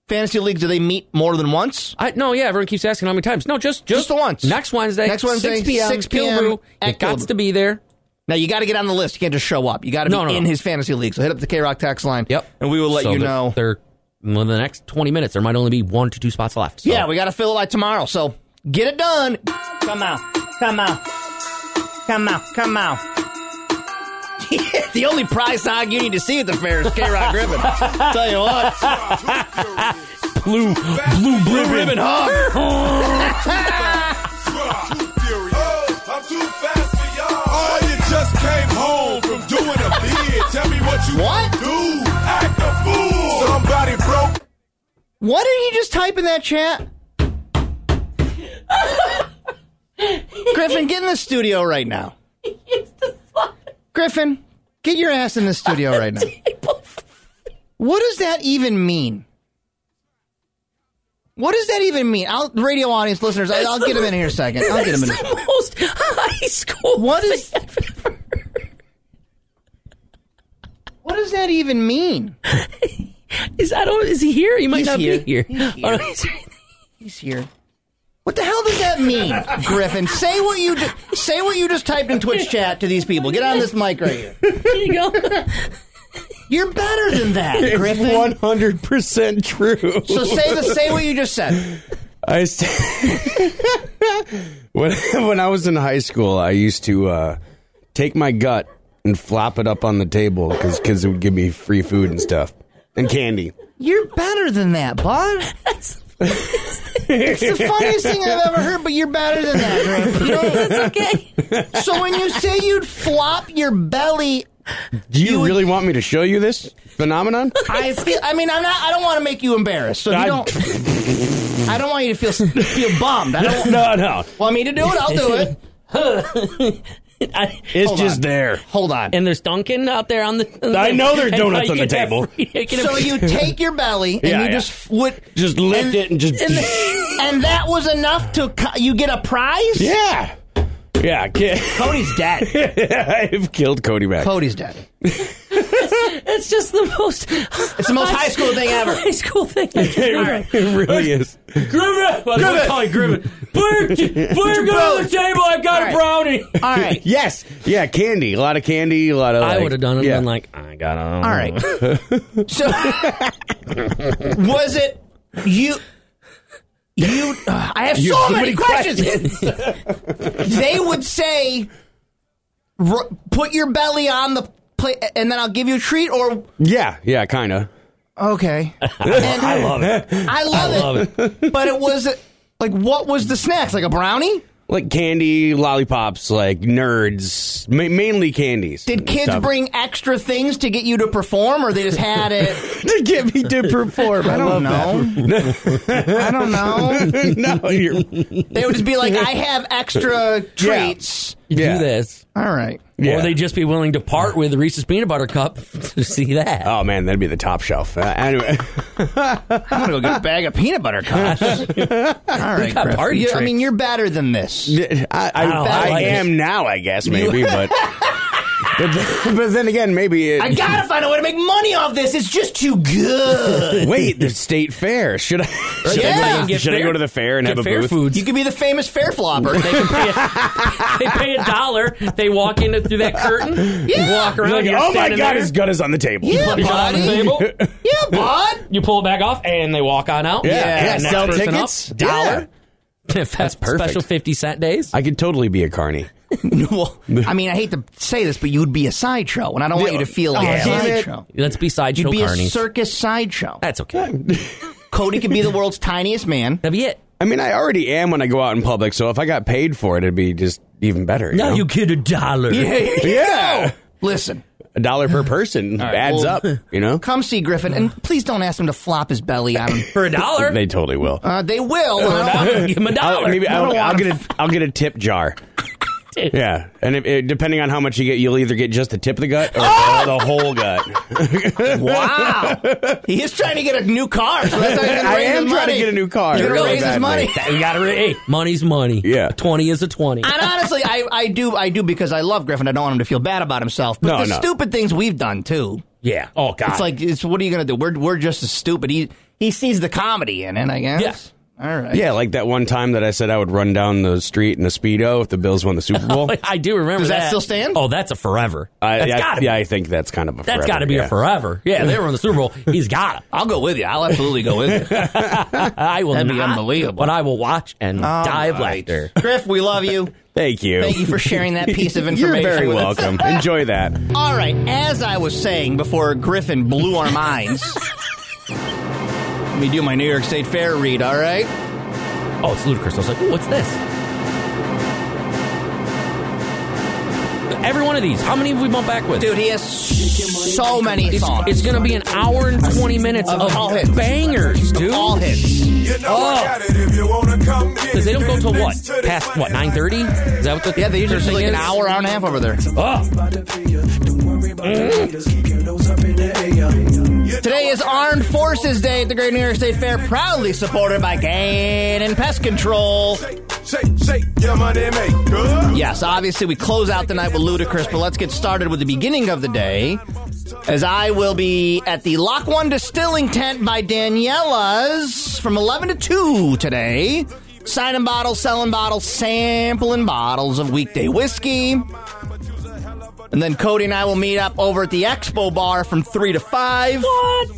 S2: fantasy leagues, do they meet more than once?
S1: I, no, yeah, everyone keeps asking how many times. No, just
S2: Just
S1: just,
S2: the once.
S1: Next Wednesday.
S2: Next Wednesday,
S1: 6 p.m.
S2: 6 p.m.
S1: Kilbrew. You
S2: at
S1: got
S2: Kilbrew.
S1: to be there.
S2: Now, you got to get on the list. You can't just show up. You got to
S1: No,
S2: be
S1: no,
S2: in
S1: no.
S2: his fantasy league. So hit up the K Rock text line.
S1: Yep.
S2: And we will let
S1: So
S2: you
S1: there-
S2: know.
S1: There, within the next 20 minutes, there might only be one to two spots left. So.
S2: Yeah, we got to fill it by tomorrow. So get it done. Come out. Come out. Come out. Come out. the only prize tag you need to see at the fair is K Rock Griffin. Tell you what.
S1: blue, blue, blue ribbon
S4: I'm too furious. Oh, I'm too fast for y'all. Oh, you just came home from doing a bid. Tell me what you
S2: What?
S4: do. Act a fool. Somebody broke.
S2: What did you just type in that chat? Griffin, get in the studio right now. Griffin, get your ass in the studio right now. What does that even mean? What does that even mean? I'll radio audience listeners. I, I'll get them in here a second. I'll get them in.
S8: That's the most high school.
S2: What is? What does that even mean?
S8: Is I don't is he here? He might
S2: He's
S8: not
S2: here.
S8: be here.
S2: He's here.
S8: Oh, he's here.
S2: He's here. What the hell does that mean, Griffin? Say what you ju- say what you just typed in Twitch chat to these people. Get on this mic right here.
S8: Here you go.
S2: You're better than that, Griffin.
S9: One hundred percent true.
S2: So say the say what you just said.
S9: I s- when when I was in high school, I used to uh, take my gut and flop it up on the table because kids would give me free food and stuff and candy.
S2: You're better than that, bud. It's the funniest thing I've ever heard, but you're better than that, Griffin. You don't-
S8: That's okay.
S2: so when you say you'd flop your belly,
S9: Do you, really want me to show you this phenomenon?
S2: I feel, I mean I'm not I don't want to make you embarrassed. So if you
S9: I-
S2: don't I don't want you to feel feel bummed. I don't
S9: no, no.
S2: want me to do it. I'll do it.
S8: I,
S9: It's
S2: Hold
S9: just
S2: on.
S9: there.
S2: Hold on.
S8: and there's Dunkin' out there on the.
S9: I know there's
S8: And
S9: donuts
S8: I
S9: on the
S8: can have
S9: table.
S8: free- I can have
S2: so
S8: free-
S2: you take your belly and
S9: Yeah,
S2: you
S9: yeah.
S2: just f- would
S9: Just lift it and just.
S2: and, and that was enough to co- you get a prize.
S9: yeah. Yeah, kid.
S2: Cody's dead.
S9: I've killed Cody Mack.
S2: Cody's dead.
S8: It's just the most. It's
S2: the most high school thing ever.
S8: High school thing.
S9: It,
S8: All right.
S9: really is.
S8: Griffin. Well, I'm calling Griffin. Blair, Blair, go to the table. I got a brownie.
S2: All right.
S9: Yes. Yeah, candy. A lot of candy, a lot of.
S1: I
S9: like-
S1: would have done it.
S9: Yeah.
S1: And been like, "Uh, I got on.
S2: All right. So was it you? You, uh, I have
S9: You
S2: so
S9: have so
S2: many,
S9: many
S2: questions. they would say, "R- "Put your belly on the plate, and then I'll give you a treat." Or
S9: Yeah, yeah, kind of.
S2: okay, I love it. I love, it. But it was like, what was the snacks? Like a brownie?
S9: Like candy, lollipops, like nerds, ma- mainly candies.
S2: Did
S9: and
S2: kids
S9: stuff.
S2: bring extra things to get you to perform, or they just had it?
S9: to get me to perform? I,
S2: I don't
S9: love
S2: know. I don't know.
S9: that. no, you're,
S2: They would just be like, I have extra treats.
S1: You
S9: Yeah.
S1: do this.
S2: All right.
S9: yeah.
S1: Or they'd just be willing to part with Reese's peanut butter cup to see that.
S9: Oh man, that'd be the top shelf. Uh, anyway,
S2: I'm going to go get a bag of peanut butter cups. All right,
S1: got
S2: Griff.
S1: party
S2: You- I
S1: tricks.
S2: mean, you're better than this.
S9: I, I,
S1: don't
S9: I
S1: like
S9: am now, I guess maybe, but but then, but then again, maybe. It,
S2: I got to find a way to make money off this. It's just too good.
S9: wait, the state fair. Should I? Should,
S2: Yeah. You can
S9: I, go, to-
S1: get
S9: should I
S1: fair-
S9: go to the fair and
S1: Get
S9: have a
S1: fair
S9: booth?
S1: foods.
S2: You could be the famous fair flopper.
S1: They can pay a, they pay a dollar. They walk in through that curtain. You walk
S9: You're
S1: around.
S9: like,
S1: you're
S9: oh my
S1: standing
S9: god,
S1: there.
S9: his gut is on the table.
S2: yeah,
S1: Put your on the
S2: buddy.
S1: table.
S2: Yeah, bud.
S1: You pull it back off, and they walk on out.
S9: Yeah, yeah,
S1: Next
S9: sell
S1: person up,
S9: tickets.
S1: dollar. That's
S9: perfect.
S1: Special fifty cent days.
S9: I could totally be a carny.
S2: well, I mean, I hate to say this, but you would be a sideshow, and I don't want you to feel like a
S9: damn it.
S2: sideshow.
S1: Let's be sideshow
S2: You'd be a
S1: carnies.
S2: circus sideshow.
S1: That's okay.
S2: Cody could be the world's tiniest man.
S1: That'd be it.
S9: I mean, I already am when I go out in public, so if I got paid for it, it'd be just even better. You know?
S1: get a dollar.
S9: yeah,
S2: Listen,
S9: a dollar per person adds
S2: well-
S9: up. You know,
S2: come see Griffin, and please don't ask him to flop his belly on him.
S1: For a dollar.
S9: they totally will.
S2: Uh, they will. and I don't-
S1: Give him a
S9: I'll,
S1: dollar.
S9: maybe
S1: I
S9: I'll,
S1: don't
S9: I'll
S1: want
S9: get a I'll get a tip jar.
S1: Dude.
S9: Yeah, and if, it, depending on how much you get, you'll either get just the tip of the gut or the whole gut.
S2: Oh! wow. He is trying to get a new car. So that's how he's gonna
S9: I
S2: raise
S9: am
S2: his
S9: trying
S2: money.
S9: to get a new car.
S2: He's gonna
S9: really
S2: raise his
S9: badly.
S2: money.
S1: that. We gotta. Hey, money's money.
S9: Yeah.
S1: A twenty is a twenty.
S2: And honestly, I, I do I do because I love Griffin. I don't want him to feel bad about himself. But
S9: No,
S2: the
S9: no.
S2: stupid things we've done too.
S1: yeah. Oh God.
S2: It's like it's what are you gonna do? We're we're just as stupid. He he sees the comedy in it, I guess.
S1: Yes.
S2: All right.
S9: Yeah, like that one time that I said I would run down the street in a speedo if the Bills won the Super Bowl.
S1: I do remember.
S2: Does that
S1: that,
S2: still stand?
S1: Oh, that's a forever.
S9: I,
S1: that's
S9: I-
S1: gotta be.
S9: yeah, I think that's kind of a.
S1: That's
S9: forever,
S1: got to be
S9: yeah.
S1: a forever. Yeah, they were in the Super Bowl. He's got to.
S2: I'll go with you. I'll absolutely go with you.
S1: I will
S2: That'd be
S1: not,
S2: unbelievable.
S1: But I will watch and die of
S2: right.
S1: laughter.
S2: Griff, we love you.
S9: Thank you.
S2: Thank you for sharing that piece of
S9: You're
S2: information.
S9: very
S2: with us.
S9: welcome. Enjoy that.
S2: All right, as I was saying before Griffin blew our minds, let me do my New York State Fair read, all right?
S1: Oh, it's ludicrous. I was like, "Ooh, what's this? Every one of these. How many have we bumped back with?
S2: Dude, he has so many
S1: It's-
S2: songs.
S1: It's, going to be an hour and 20 minutes of,
S2: all hits.
S1: bangers, dude.
S2: All hits.
S1: Because Oh. they don't go till what? Past what? 9.30? Is that what the
S2: Yeah, they usually
S1: thing
S2: just like
S1: is?
S2: an hour, hour and a half over there.
S1: Oh.
S2: Today is Armed Forces Day at the Great New York State Fair, proudly supported by Gannon Pest Control.
S4: Shake, shake your money maker.
S2: Yes, obviously we close out the night with Ludacris, but let's get started with the beginning of the day. As I will be at the Lock One Distilling Tent by Daniela's from 11 to 2 today. Signing bottles, selling bottles, sampling bottles of weekday whiskey. And then Cody and I will meet up over at the Expo Bar from 3 to 5. What?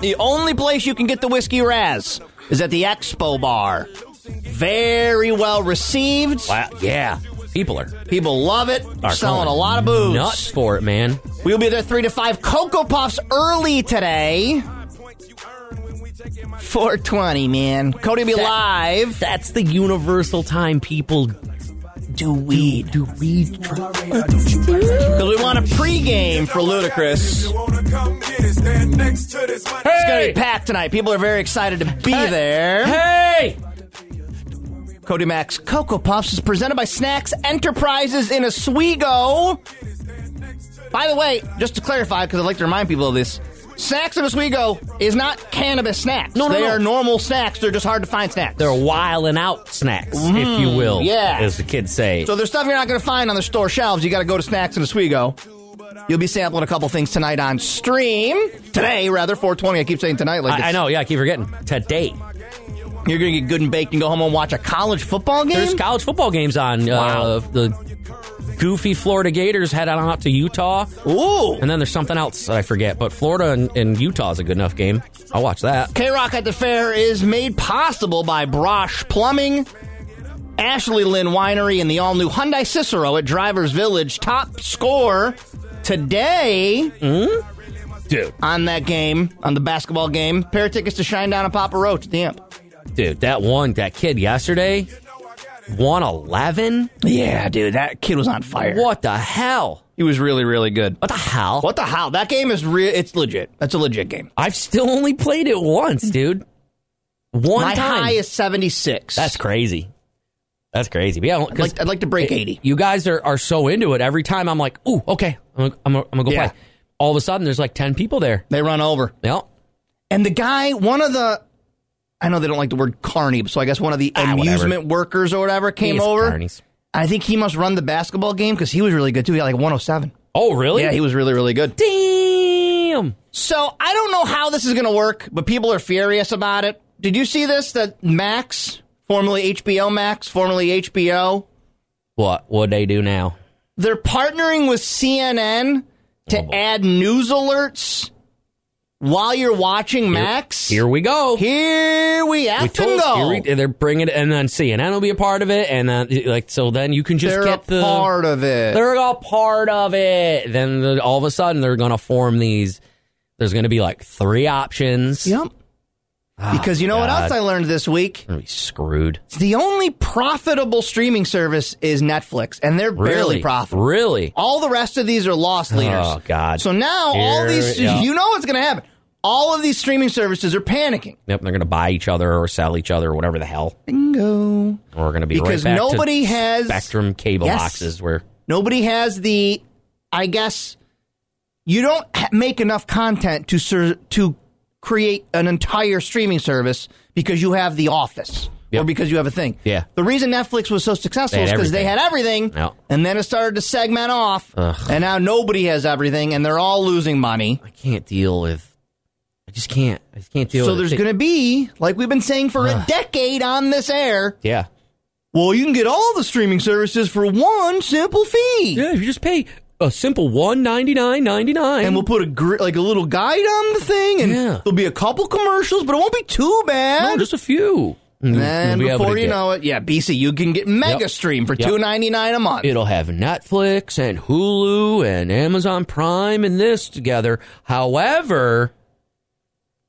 S2: The only place you can get the Whiskey Raz is at the Expo Bar. Very well received.
S1: Wow, yeah. People are,
S2: People love it.
S1: are
S2: selling
S1: going
S2: a lot of booze.
S1: Nuts for it, man.
S2: We'll be there three to five. Cocoa Puffs early today. Four twenty, man. Cody will be
S1: That-
S2: live.
S1: That's the universal time people
S2: do weed.
S1: Do, weed.
S2: Because we want a pregame for Ludacris. It's gonna be packed tonight. People are very excited to be there.
S1: Hey!
S2: Cody Max Cocoa Puffs is presented by Snacks Enterprises in Oswego. By the way, just to clarify, because I'd like to remind people of this, Snacks in Oswego is not cannabis snacks.
S1: No, no,
S2: they
S1: no.
S2: are normal snacks. They're just hard to find snacks.
S1: They're wiling out snacks, if you will.
S2: Mm, yeah.
S1: As the kids say.
S2: so there's stuff you're not going to find on the store shelves. You got to go to Snacks in Oswego. You'll be sampling a couple things tonight on stream. Today, rather, 420. I keep saying tonight like
S1: I, I
S2: it's-
S1: know, yeah, I keep forgetting. Today.
S2: You're going to get good and baked and go home and watch a college football game?
S1: There's college football games on. Uh, the goofy Florida Gators head on out to Utah.
S2: Ooh.
S1: And then there's something else that I forget, but Florida and, and Utah is a good enough game. I'll watch that.
S2: K Rock at the Fair is made possible by Brosh Plumbing, Ashley Lynn Winery, and the all new Hyundai Cicero at Drivers Village. Top score today
S1: Dude,
S2: on that game, on the basketball game. Pair of tickets to Shine Down and Papa Roach at the amp.
S1: dude, that one, that kid yesterday, 111?
S2: Yeah, dude, that kid was on fire.
S1: What the hell?
S2: He was really, really good.
S1: What the hell?
S2: What the hell? That game is real. It's legit. That's a legit game.
S1: I've still only played it once, dude. One
S2: My
S1: time.
S2: high is 76.
S1: That's crazy. That's crazy. But yeah,
S2: I'd like, I'd like to break 80.
S1: you guys are, are so into it. Every time I'm like, ooh, okay, I'm gonna, I'm gonna, I'm gonna go
S2: Yeah.
S1: play. All of a sudden, there's like ten people there.
S2: They run over.
S1: Yep.
S2: And the guy, one of the, I know they don't like the word carny, so I guess one of the
S1: Ah, whatever.
S2: amusement workers or whatever came
S1: These
S2: over.
S1: carnies.
S2: I think he must run the basketball game because he was really good too. He got like 107.
S1: Oh, really?
S2: Yeah, he was really, really good.
S1: Damn.
S2: So I don't know how this is going to work, but people are furious about it. Did you see this? That Max, formerly HBO Max, formerly HBO,
S1: What? What they do now?
S2: they're partnering with CNN to
S1: Oh,
S2: add news alerts while you're watching Max.
S1: Here we go.
S2: Here we have
S1: we
S2: to
S1: told
S2: go.
S1: here we- they're bringing it, and then CNN will be a part of it, and then like so, then you can just
S2: they're
S1: get
S2: a
S1: the
S2: part of it.
S1: they're a part of it. Then the, all of a sudden, they're gonna form these. There's gonna be like three options.
S2: yep. Because you know what
S1: Ah, God.
S2: else I learned this week?
S1: Gonna be screwed.
S2: It's the only profitable streaming service is Netflix, and they're barely
S1: Really
S2: profitable.
S1: Really.
S2: All the rest of these are loss leaders.
S1: Oh God.
S2: So now all
S1: Here-
S2: these,
S1: yeah.
S2: you know what's going to happen. All of these streaming services are panicking.
S1: Yep, they're going to buy each other or sell each other or whatever the hell.
S2: Bingo.
S1: Or we're going to be
S2: Because
S1: right back
S2: nobody
S1: to
S2: has-
S1: Spectrum cable
S2: Yes.
S1: boxes where
S2: Nobody has the, I guess, you don't ha- make enough content to ser- to create an entire streaming service because you have The Office or
S1: Yep.
S2: because you have a thing.
S1: Yeah.
S2: The reason Netflix was so successful
S1: They
S2: is
S1: had
S2: because they had
S1: everything.
S2: everything,
S1: Yep.
S2: and then it started to segment off, and now nobody has everything, and they're all losing money.
S1: I can't deal with. I just can't. I just can't deal
S2: So
S1: with
S2: there's
S1: it.
S2: going to be, like we've been saying for a decade on this air,
S1: Yeah.
S2: well, you can get all the streaming services for one simple fee.
S1: Yeah, if you just pay a simple one ninety nine ninety nine,
S2: and we'll put a gr- like a little guide on the thing, and
S1: Yeah.
S2: there'll be a couple commercials, but it won't be too bad.
S1: no, just a few. And
S2: and then
S1: Mm-hmm. we'll be able
S2: before
S1: to
S2: you
S1: get-
S2: know it, yeah, BC, you can get Mega
S1: Yep.
S2: Stream for
S1: Yep.
S2: two ninety nine a month.
S1: it'll have Netflix and Hulu and Amazon Prime and this together. However,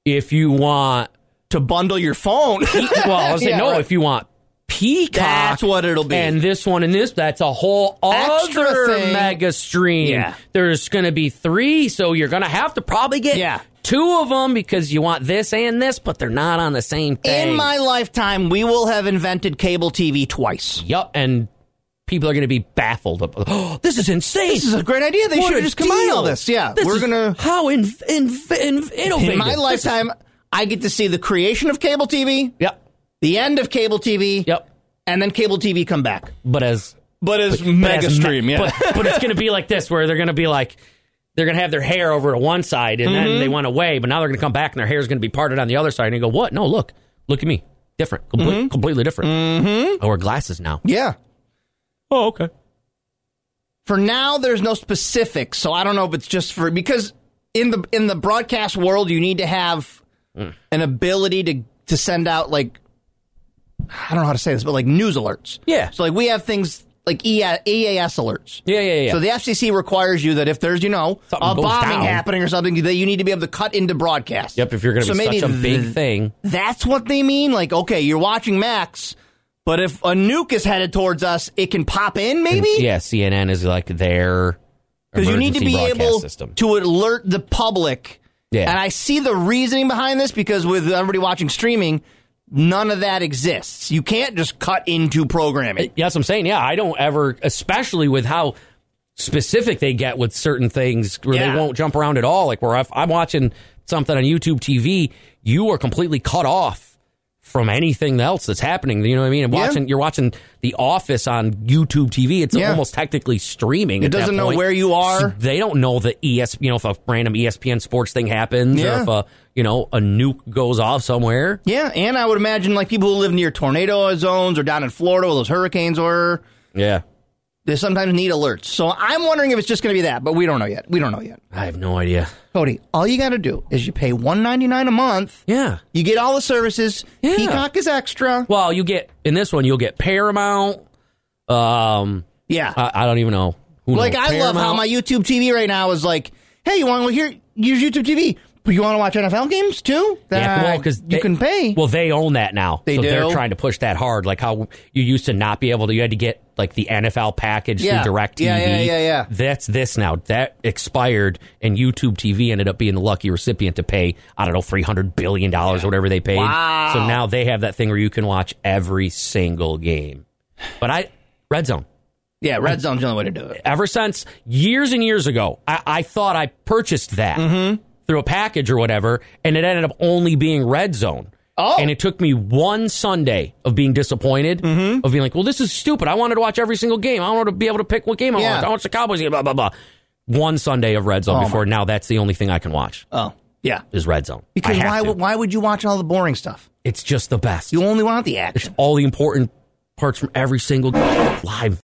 S1: if you want
S2: to bundle your phone.
S1: well, I was saying,
S2: Yeah,
S1: no,
S2: right.
S1: if you want Peacock.
S2: That's what it'll be.
S1: And this one and this, that's a whole
S2: Extra
S1: other
S2: thing.
S1: mega stream.
S2: Yeah.
S1: There's going to be three, so you're going to have to probably get two of them because you want this and this, but they're not on the same thing.
S2: In my lifetime, we will have invented cable TV twice.
S1: Yup, and people are going to be baffled. ab- Oh, this is insane.
S2: This is a great idea. They
S1: What
S2: should
S1: a
S2: have just combined all
S1: deal.
S2: this. Yeah, we're
S1: is
S2: gonna
S1: how in in, in innovative.
S2: In my
S1: This is-
S2: lifetime, I get to see the creation of cable TV.
S1: Yep.
S2: The end of cable TV.
S1: Yep.
S2: And then cable TV come back.
S1: but as
S2: But as
S1: but as
S2: mega
S1: me-
S2: stream, yeah.
S1: But, but it's going to be like this, where they're going to be like, they're going to have their hair over to one side, and
S2: Mhm.
S1: then they went away, but now they're going to come back, and their hair is going to be parted on the other side, and you go, what? No, look, look at me, different, Comple- completely different. Mm-hmm. I wear glasses now.
S2: Yeah.
S1: Oh, okay.
S2: For now, there's no specifics, so I don't know if it's just for because in the in the broadcast world, you need to have an ability to to send out like I don't know how to say this, but like news alerts.
S1: Yeah.
S2: So like we have things like E EA, EAS alerts.
S1: Yeah, yeah, yeah.
S2: So the FCC requires you that if there's you know a
S1: goes
S2: bombing
S1: down.
S2: happening or something, that you need to be able to cut into broadcast.
S1: Yep. If you're going to
S2: So
S1: be
S2: maybe
S1: such a big
S2: th-
S1: thing,
S2: That's what they mean. Like okay, you're watching Max, but if a nuke is headed towards us, it can pop in. Maybe
S1: yeah, CNN is like their
S2: because you need to
S1: emergency
S2: be
S1: broadcast
S2: able
S1: system.
S2: to alert the public.
S1: Yeah.
S2: And I see the reasoning behind this because with everybody watching streaming, none of that exists. You can't just cut into programming.
S1: Yeah, that's what I'm saying. Yeah, I don't ever, especially with how specific they get with certain things where
S2: Yeah.
S1: they won't jump around at all. Like where if I'm watching something on YouTube TV, you are completely cut off from anything else that's happening. You know what I mean? And
S2: Yeah.
S1: watching, you're watching The Office on YouTube TV. It's
S2: Yeah.
S1: almost technically streaming.
S2: It
S1: at that
S2: doesn't know
S1: point.
S2: where you are.
S1: So they don't know the ES. You know, if a random E ESPN sports thing happens,
S2: Yeah.
S1: or if a you know a nuke goes off somewhere.
S2: Yeah, and I would imagine like people who live near tornado zones or down in Florida where those hurricanes were,
S1: Yeah,
S2: they sometimes need alerts. So I'm wondering if it's just going to be that, but we don't know yet. We don't know yet.
S1: I have no idea.
S2: Cody, all you got to do is you pay 199 a month.
S1: Yeah.
S2: You get all the services.
S1: Yeah.
S2: Peacock is extra.
S1: Well, you get in this one, you'll get Paramount. Um,
S2: Yeah.
S1: I, I don't even know. Who
S2: like
S1: knows?
S2: I love how
S1: Paramount.
S2: my YouTube TV right now is like, hey, you want to hear use YouTube TV, but you want to watch NFL games too?
S1: yeah, well,
S2: Uh,
S1: 'cause
S2: you
S1: they-
S2: can pay.
S1: Well, they own that now.
S2: They
S1: so They're
S2: do.
S1: trying to push that hard. Like how you used to not be able to. You had to get like the NFL package
S2: Yeah.
S1: through Direct TV.
S2: Yeah, yeah, yeah, yeah.
S1: That's this now. That expired, and YouTube TV ended up being the lucky recipient to pay. I don't know, three hundred billion dollars, or whatever they paid.
S2: Wow.
S1: So now they have that thing where you can watch every single game. But I, Red Zone.
S2: yeah, Red Zone's the only way to do it.
S1: ever since years and years ago, I, I thought I purchased that
S2: Mm-hmm.
S1: through a package or whatever, and it ended up only being Red Zone.
S2: Oh.
S1: And it took me one Sunday of being disappointed,
S2: Mm-hmm.
S1: of being like, well, this is stupid. I wanted to watch every single game. I wanted to be able to pick what game I
S2: Yeah.
S1: want. I watched the Cowboys game, blah, blah, blah. One Sunday of Red Zone
S2: Oh,
S1: before now that's the only thing I can watch
S2: Oh, yeah.
S1: is Red Zone.
S2: Because
S1: I have
S2: why
S1: to.
S2: would why would you watch all the boring stuff?
S1: It's just the best.
S2: You only want the action.
S1: All the important parts from every single live